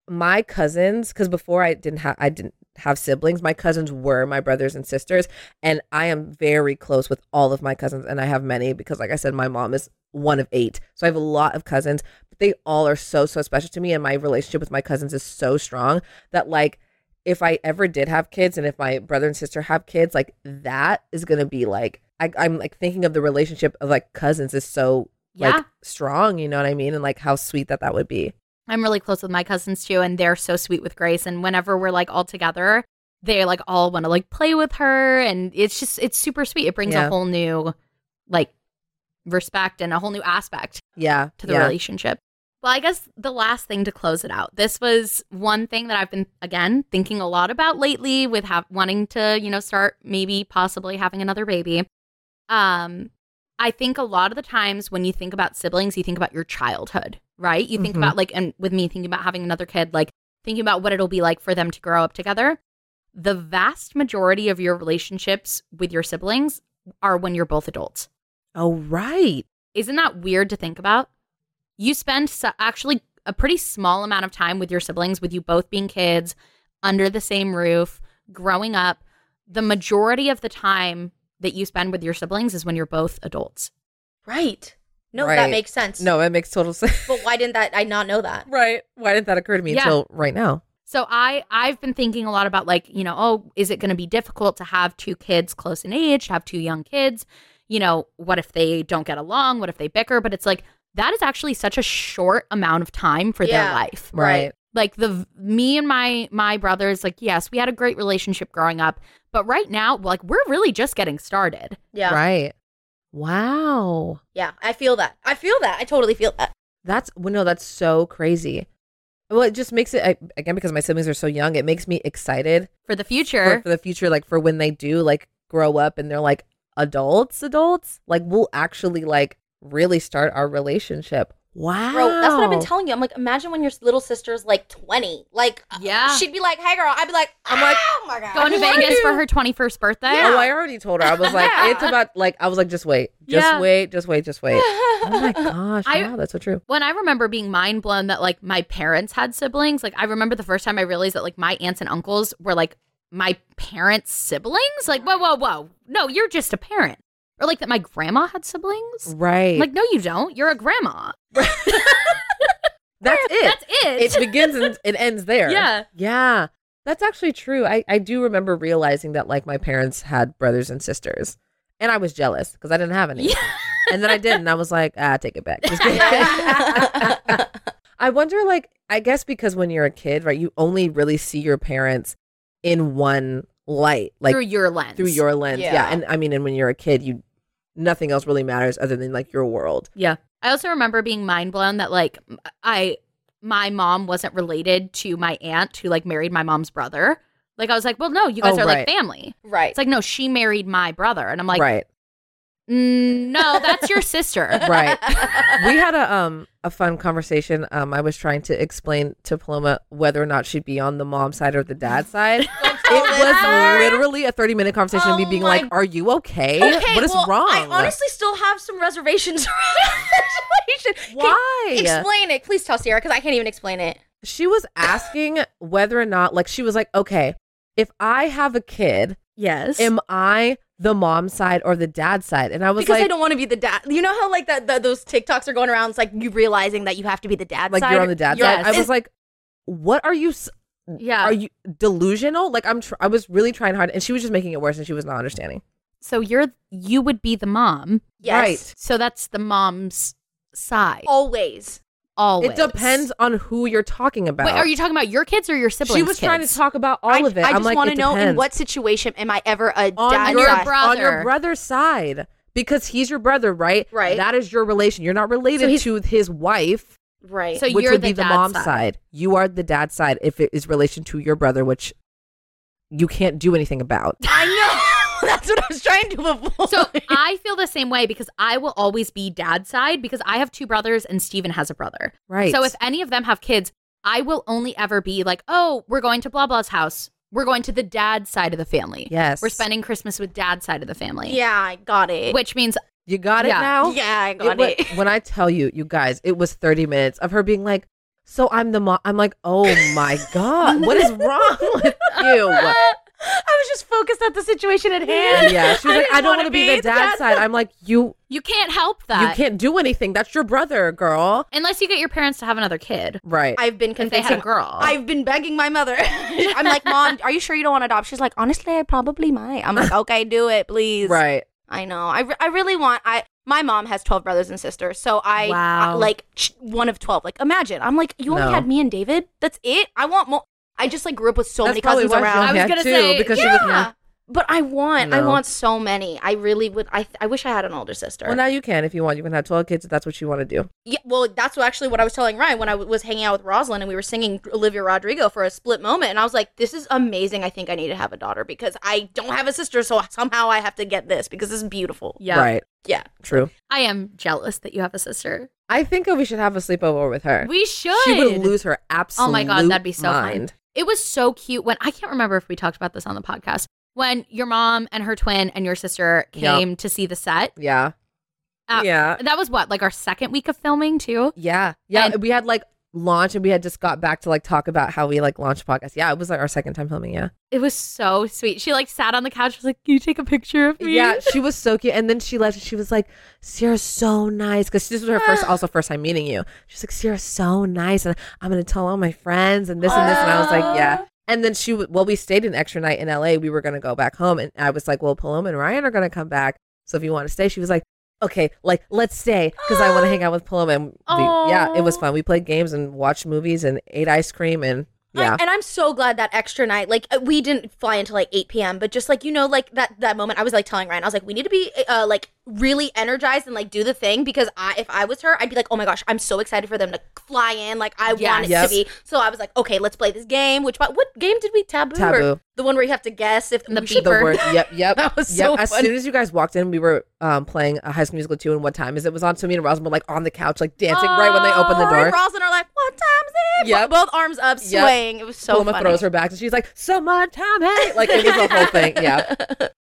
B: my cousins because before I didn't have I didn't have siblings. My cousins were my brothers and sisters, and I am very close with all of my cousins, and I have many because, like I said, my mom is one of eight, so I have a lot of cousins. But they all are so so special to me, and my relationship with my cousins is so strong that like. If I ever did have kids and if my brother and sister have kids, like that is gonna be like I, I'm like thinking of the relationship of like cousins is so
A: yeah
B: like strong, you know what I mean? And like how sweet that that would be.
A: i'm really close with my cousins too and they're so sweet with grace and whenever we're like all together they like all want to like play with her and it's just it's super sweet it brings a
B: Yeah.
A: whole new like respect and a whole new aspect
B: Yeah.
A: to the
B: yeah.
A: relationship. Well, I guess the last thing to close it out. This was one thing that I've been again thinking a lot about lately with have, wanting to, you know, start maybe possibly having another baby. Um I think a lot of the times when you think about siblings, you think about your childhood, right? You think
B: Mhm.
A: about like, and with me thinking about having another kid, like thinking about what it'll be like for them to grow up together. The vast majority of your relationships with your siblings are when you're both adults.
B: Oh, right.
A: Isn't that weird to think about? You spend so- actually a pretty small amount of time with your siblings, with you both being kids, under the same roof, growing up. The majority of the time that you spend with your siblings is when you're both adults.
C: Right. No,
B: Right.
C: that makes sense.
B: No, it makes total sense.
C: But why didn't that I not know that?
B: right. Why didn't that occur to me
A: Yeah.
B: until right now?
A: So I I've been thinking a lot about like, you know, oh, is it going to be difficult to have two kids close in age, to have two young kids? You know, what if they don't get along? What if they bicker? But it's like that is actually such a short amount of time for their
C: Yeah.
A: life.
C: Right.
A: Like the me and my my brothers like, yes, we had a great relationship growing up, but right now like we're really just getting started.
C: Yeah.
B: Right. Wow.
C: Yeah. I feel that. I feel that. I totally feel that.
B: That's well, no, that's so crazy. Well, it just makes it I- again because my siblings are so young. It makes me excited
A: For the
B: for-
A: future,
B: for the future, like for when they do like grow up and they're like adults, adults. Like we'll actually like really start our relationship. Wow,
C: Bro, that's what I've been telling you. I'm like, imagine when your little sister's like 20. Like,
A: Yeah.
C: she'd be like, hey, girl. I'd be like,
B: I'm like,
C: oh my God.
A: going to Vegas for her 21st birthday.
B: Oh, I already told her. I was like, it's about like I was like, just wait, just
A: Yeah.
B: wait, just wait, just wait. oh my gosh,
A: I-
B: wow, that's so true.
A: when I remember being mind blown that like my parents had siblings, like I remember the first time I realized that like my aunts and uncles were like my parents' siblings. Like, whoa, whoa, whoa. No, you're just a parent. Or like that my grandma had siblings.
B: Right,
A: Like, no, you don't. You're a grandma.
B: that's it.
A: That's it.
B: it begins and it ends there.
A: Yeah.
B: Yeah. That's actually true. I, I do remember realizing that like my parents had brothers and sisters. And I was jealous because I didn't have any. And then I did, and I was like, ah, take it back. Just kidding. I wonder, like, I guess because when you're a kid, right, you only really see your parents in one light, like
A: through your lens.
B: through your lens. Yeah.
C: Yeah.
B: And I mean, and when you're a kid, you nothing else really matters other than like your world.
A: Yeah. I also remember being mind blown that like I my mom wasn't related to my aunt who like married my mom's brother. Like I was like, well, no, you guys
B: Oh,
A: are
B: right.
A: like family.
C: Right.
A: It's like, no, she married my brother. And I'm like,
B: right.
A: "Mm, no, that's your sister.
B: right we had a um a fun conversation um i was trying to explain to paloma whether or not she'd be on the mom side or the dad side it was literally a 30 minute conversation of me
C: Oh
B: being
C: my-
B: like are you okay,
C: Okay,
B: what is
C: well,
B: wrong
C: I honestly still have some reservations around the situation. Can-
B: why
C: Explain it. Please tell Sierra because I can't even explain it.
B: she was asking whether or not like she was like okay if i have a kid
A: Yes.
B: am i the mom side or the dad side and i was
C: Because
B: like
C: I don't want to be the dad. You know how like that the, those TikToks are going around. It's like you realizing that you have to be the dad.
B: like
C: side?
B: you're on the dad
A: Yes. Uh.
B: side i was like what are you s-
A: yeah.
B: are you delusional? Like I'm, tr- I was really trying hard, and she was just making it worse, and she was not understanding.
A: so you're you would be the mom.
C: Yes.
B: Right.
A: So that's the mom's side.
C: Always.
A: Always.
B: Oh, It depends on who you're talking about.
A: Wait, are you talking about your kids or your siblings?
B: she was trying to
A: kids?
B: talk about all
C: I,
B: of it.
C: I
B: I'm
C: just
B: like,
C: want to
B: it
C: know in
B: depends.
C: what situation am I ever a
B: on
C: dad
B: your,
C: side?
B: on your
A: brother.
B: brother's side because he's your brother, right?
C: Right.
B: That is your relation. You're not
C: So
B: related
C: he's-
B: to his wife,
C: Right.
A: So
B: which
A: you're
B: would
A: the
B: be the
A: dad
B: mom's
A: side.
B: side. You are the dad's side if it is relation to your brother, which you can't do anything about.
C: I know. That's what I was trying to avoid.
A: So I feel the same way because I will always be dad's side because I have two brothers and Steven has a brother.
B: Right.
A: So if any of them have kids, I will only ever be like, oh, we're going to blah blah's house. We're going to the dad's side of the family.
B: Yes.
A: We're spending Christmas with dad's side of the family.
C: yeah, I got it.
A: Which means
B: you got
A: Yeah.
B: it now.
C: yeah, I
B: It
C: got
B: wa-
C: it.
B: when I tell you, you guys, it was 30 minutes of her being like, so I'm the mom. I'm like, oh my God, what is wrong with you?
A: "Ah,
C: I was just focused at the situation at hand.
B: Yeah, she was like, I
C: didn't
B: don't want
C: wanna
B: to be the dad side. I'm like, you,
A: you can't help that.
B: you can't do anything. That's your brother, girl.
A: Unless you get your parents to have another kid.
B: Right.
C: I've been
A: If they
C: convincing
A: had a girl.
C: I've been begging my mother. I'm like, Mom, are you sure you don't want to adopt? She's like, Honestly, I probably might. I'm like, Okay, do it, please.
B: right.
C: I know. I, re- I really want. I my mom has twelve brothers and sisters, so I,
A: Wow.
C: I- like sh- one of twelve. Like imagine, I'm like, you only
B: No.
C: had me and David. That's it. I want more. I just like grew up with so
B: That's
C: many
B: probably
C: cousins
B: why she
C: around.
B: only
A: I was
B: had
A: gonna
B: two
A: say,
B: because she was
C: yeah. But I want, I
B: No.
C: want so many. I really would. I, I wish I had an older sister.
B: Well, now you can if you want. You can have 12 kids if that's what you want to do.
C: Yeah, well, that's what- actually what I was telling Ryan when I w- was hanging out with Rosalind and we were singing Olivia Rodrigo for a split moment. And I was like, this is amazing. I think I need to have a daughter because I don't have a sister. So somehow I have to get this because this is beautiful.
A: Yeah.
B: Right.
C: Yeah.
B: True.
A: I am jealous that you have a sister.
B: I think we should have a sleepover with her.
A: We should.
B: She would lose her absolute
A: Oh my god, that'd be so
B: mind.
A: fun. It was so cute when I can't remember if we talked about this on the podcast. When your mom and her twin and your sister
B: Yeah.
A: came to see the set.
B: Yeah.
A: Uh,
B: yeah.
A: That was what, like our second week of filming too?
B: Yeah. Yeah.
A: And-
B: we had like launch and we had just got back to like talk about how we like launched a podcast. Yeah. It was like our second time filming. Yeah.
A: It was so sweet. She like sat on the couch, was like, Can you take a picture of me?
B: Yeah. She was so cute. And then she left and she was like, Sierra's so nice. Cause this was her first, also first time meeting you. She's like, Sierra's so nice. And I'm going to tell all my friends and this and this. And I was like, yeah. And then she, w- well, we stayed an extra night in LA. We were going to go back home. And I was like, well, Paloma and Ryan are going to come back. So if you want to stay, she was like, okay, like let's stay because I want to hang out with Paloma. And we, yeah, it was
A: Aw.
B: fun. We played games and watched movies and ate ice cream and yeah.
C: I- and I'm so glad that extra night, like uh, we didn't fly until like 8 p.m., but just like, you know, like that, that moment I was like telling Ryan, I was like, we need to be uh, like really energized and like do the thing because I, if I was her, I'd be like, oh my gosh, I'm so excited for them to fly in. Like I want it
B: Yes.
C: to be. So I was like, okay, let's play this game. Which, what game did we taboo? or
B: Taboo.
C: the one where you have to guess if
A: The
C: we should-
B: the
A: Burn.
B: word. Yep, yep.
C: That was
B: yep.
C: so
B: as
C: funny.
B: soon as you guys walked in, we were um, playing a High School Musical two, and what time is it? Was on. So me and Rosalind were like on the couch, like dancing right when they opened the
C: Her
B: door.
C: and Rosalind are like, what time is it?
B: Yep.
C: Both arms up,
B: Yep.
C: swaying. It was so
B: Paloma
C: funny.
B: throws her back, and she's like, "Summertime, hey!" Like it was the whole thing. Yeah,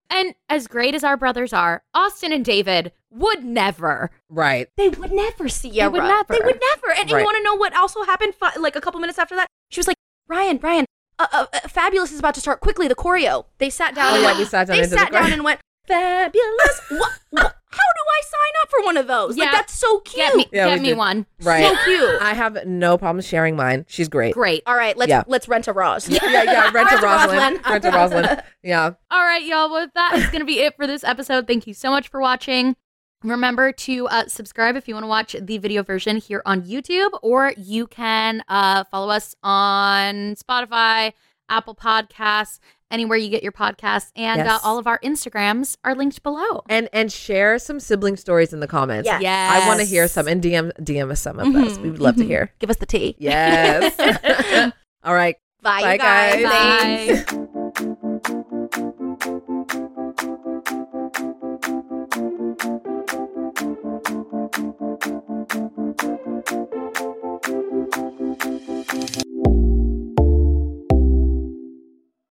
A: And as great as our brothers are, Austin and David would never.
B: right.
C: They would never, Sierra.
A: They would never.
C: They would never. And, and
B: Right.
C: you want to know what also happened? Fi- Like a couple minutes after that, she was like, "Ryan, Ryan, uh, uh, uh, Fabulous is about to start. Quickly, the choreo." They sat down.
B: Oh,
C: and
B: yeah,
C: went,
B: we sat down
C: They
B: into the
C: sat down
B: choreo.
C: and went, "Fabulous." what, what- How do I sign up for one of those?
A: Yeah.
C: Like that's so cute.
A: Get me
B: Yeah,
A: get
B: we
A: me
B: did.
A: one.
B: Right.
C: So cute.
B: I have no problem sharing mine. She's great.
A: Great.
C: All right, let's
B: Yeah.
C: let's rent a Roz.
B: Yeah, yeah. Rent to
C: Rent to
B: Rosalind.
C: Rosalind.
B: Rent to Rosalind. Yeah.
A: All right, y'all. Well, that is going to be it for this episode. Thank you so much for watching. Remember to uh, subscribe if you want to watch the video version here on YouTube, or you can uh, follow us on Spotify, Apple Podcasts, anywhere you get your podcasts. And uh,
B: Yes.
A: all of our Instagrams are linked below.
B: And and share some sibling stories in the comments.
C: Yes.
B: I want to hear some and DM DM us some of those.
C: Mhm.
B: We would love to hear.
C: Give us the tea.
B: Yes. All right.
C: Bye,
B: Bye,
C: you guys.
B: guys.
C: Thanks.
A: Bye.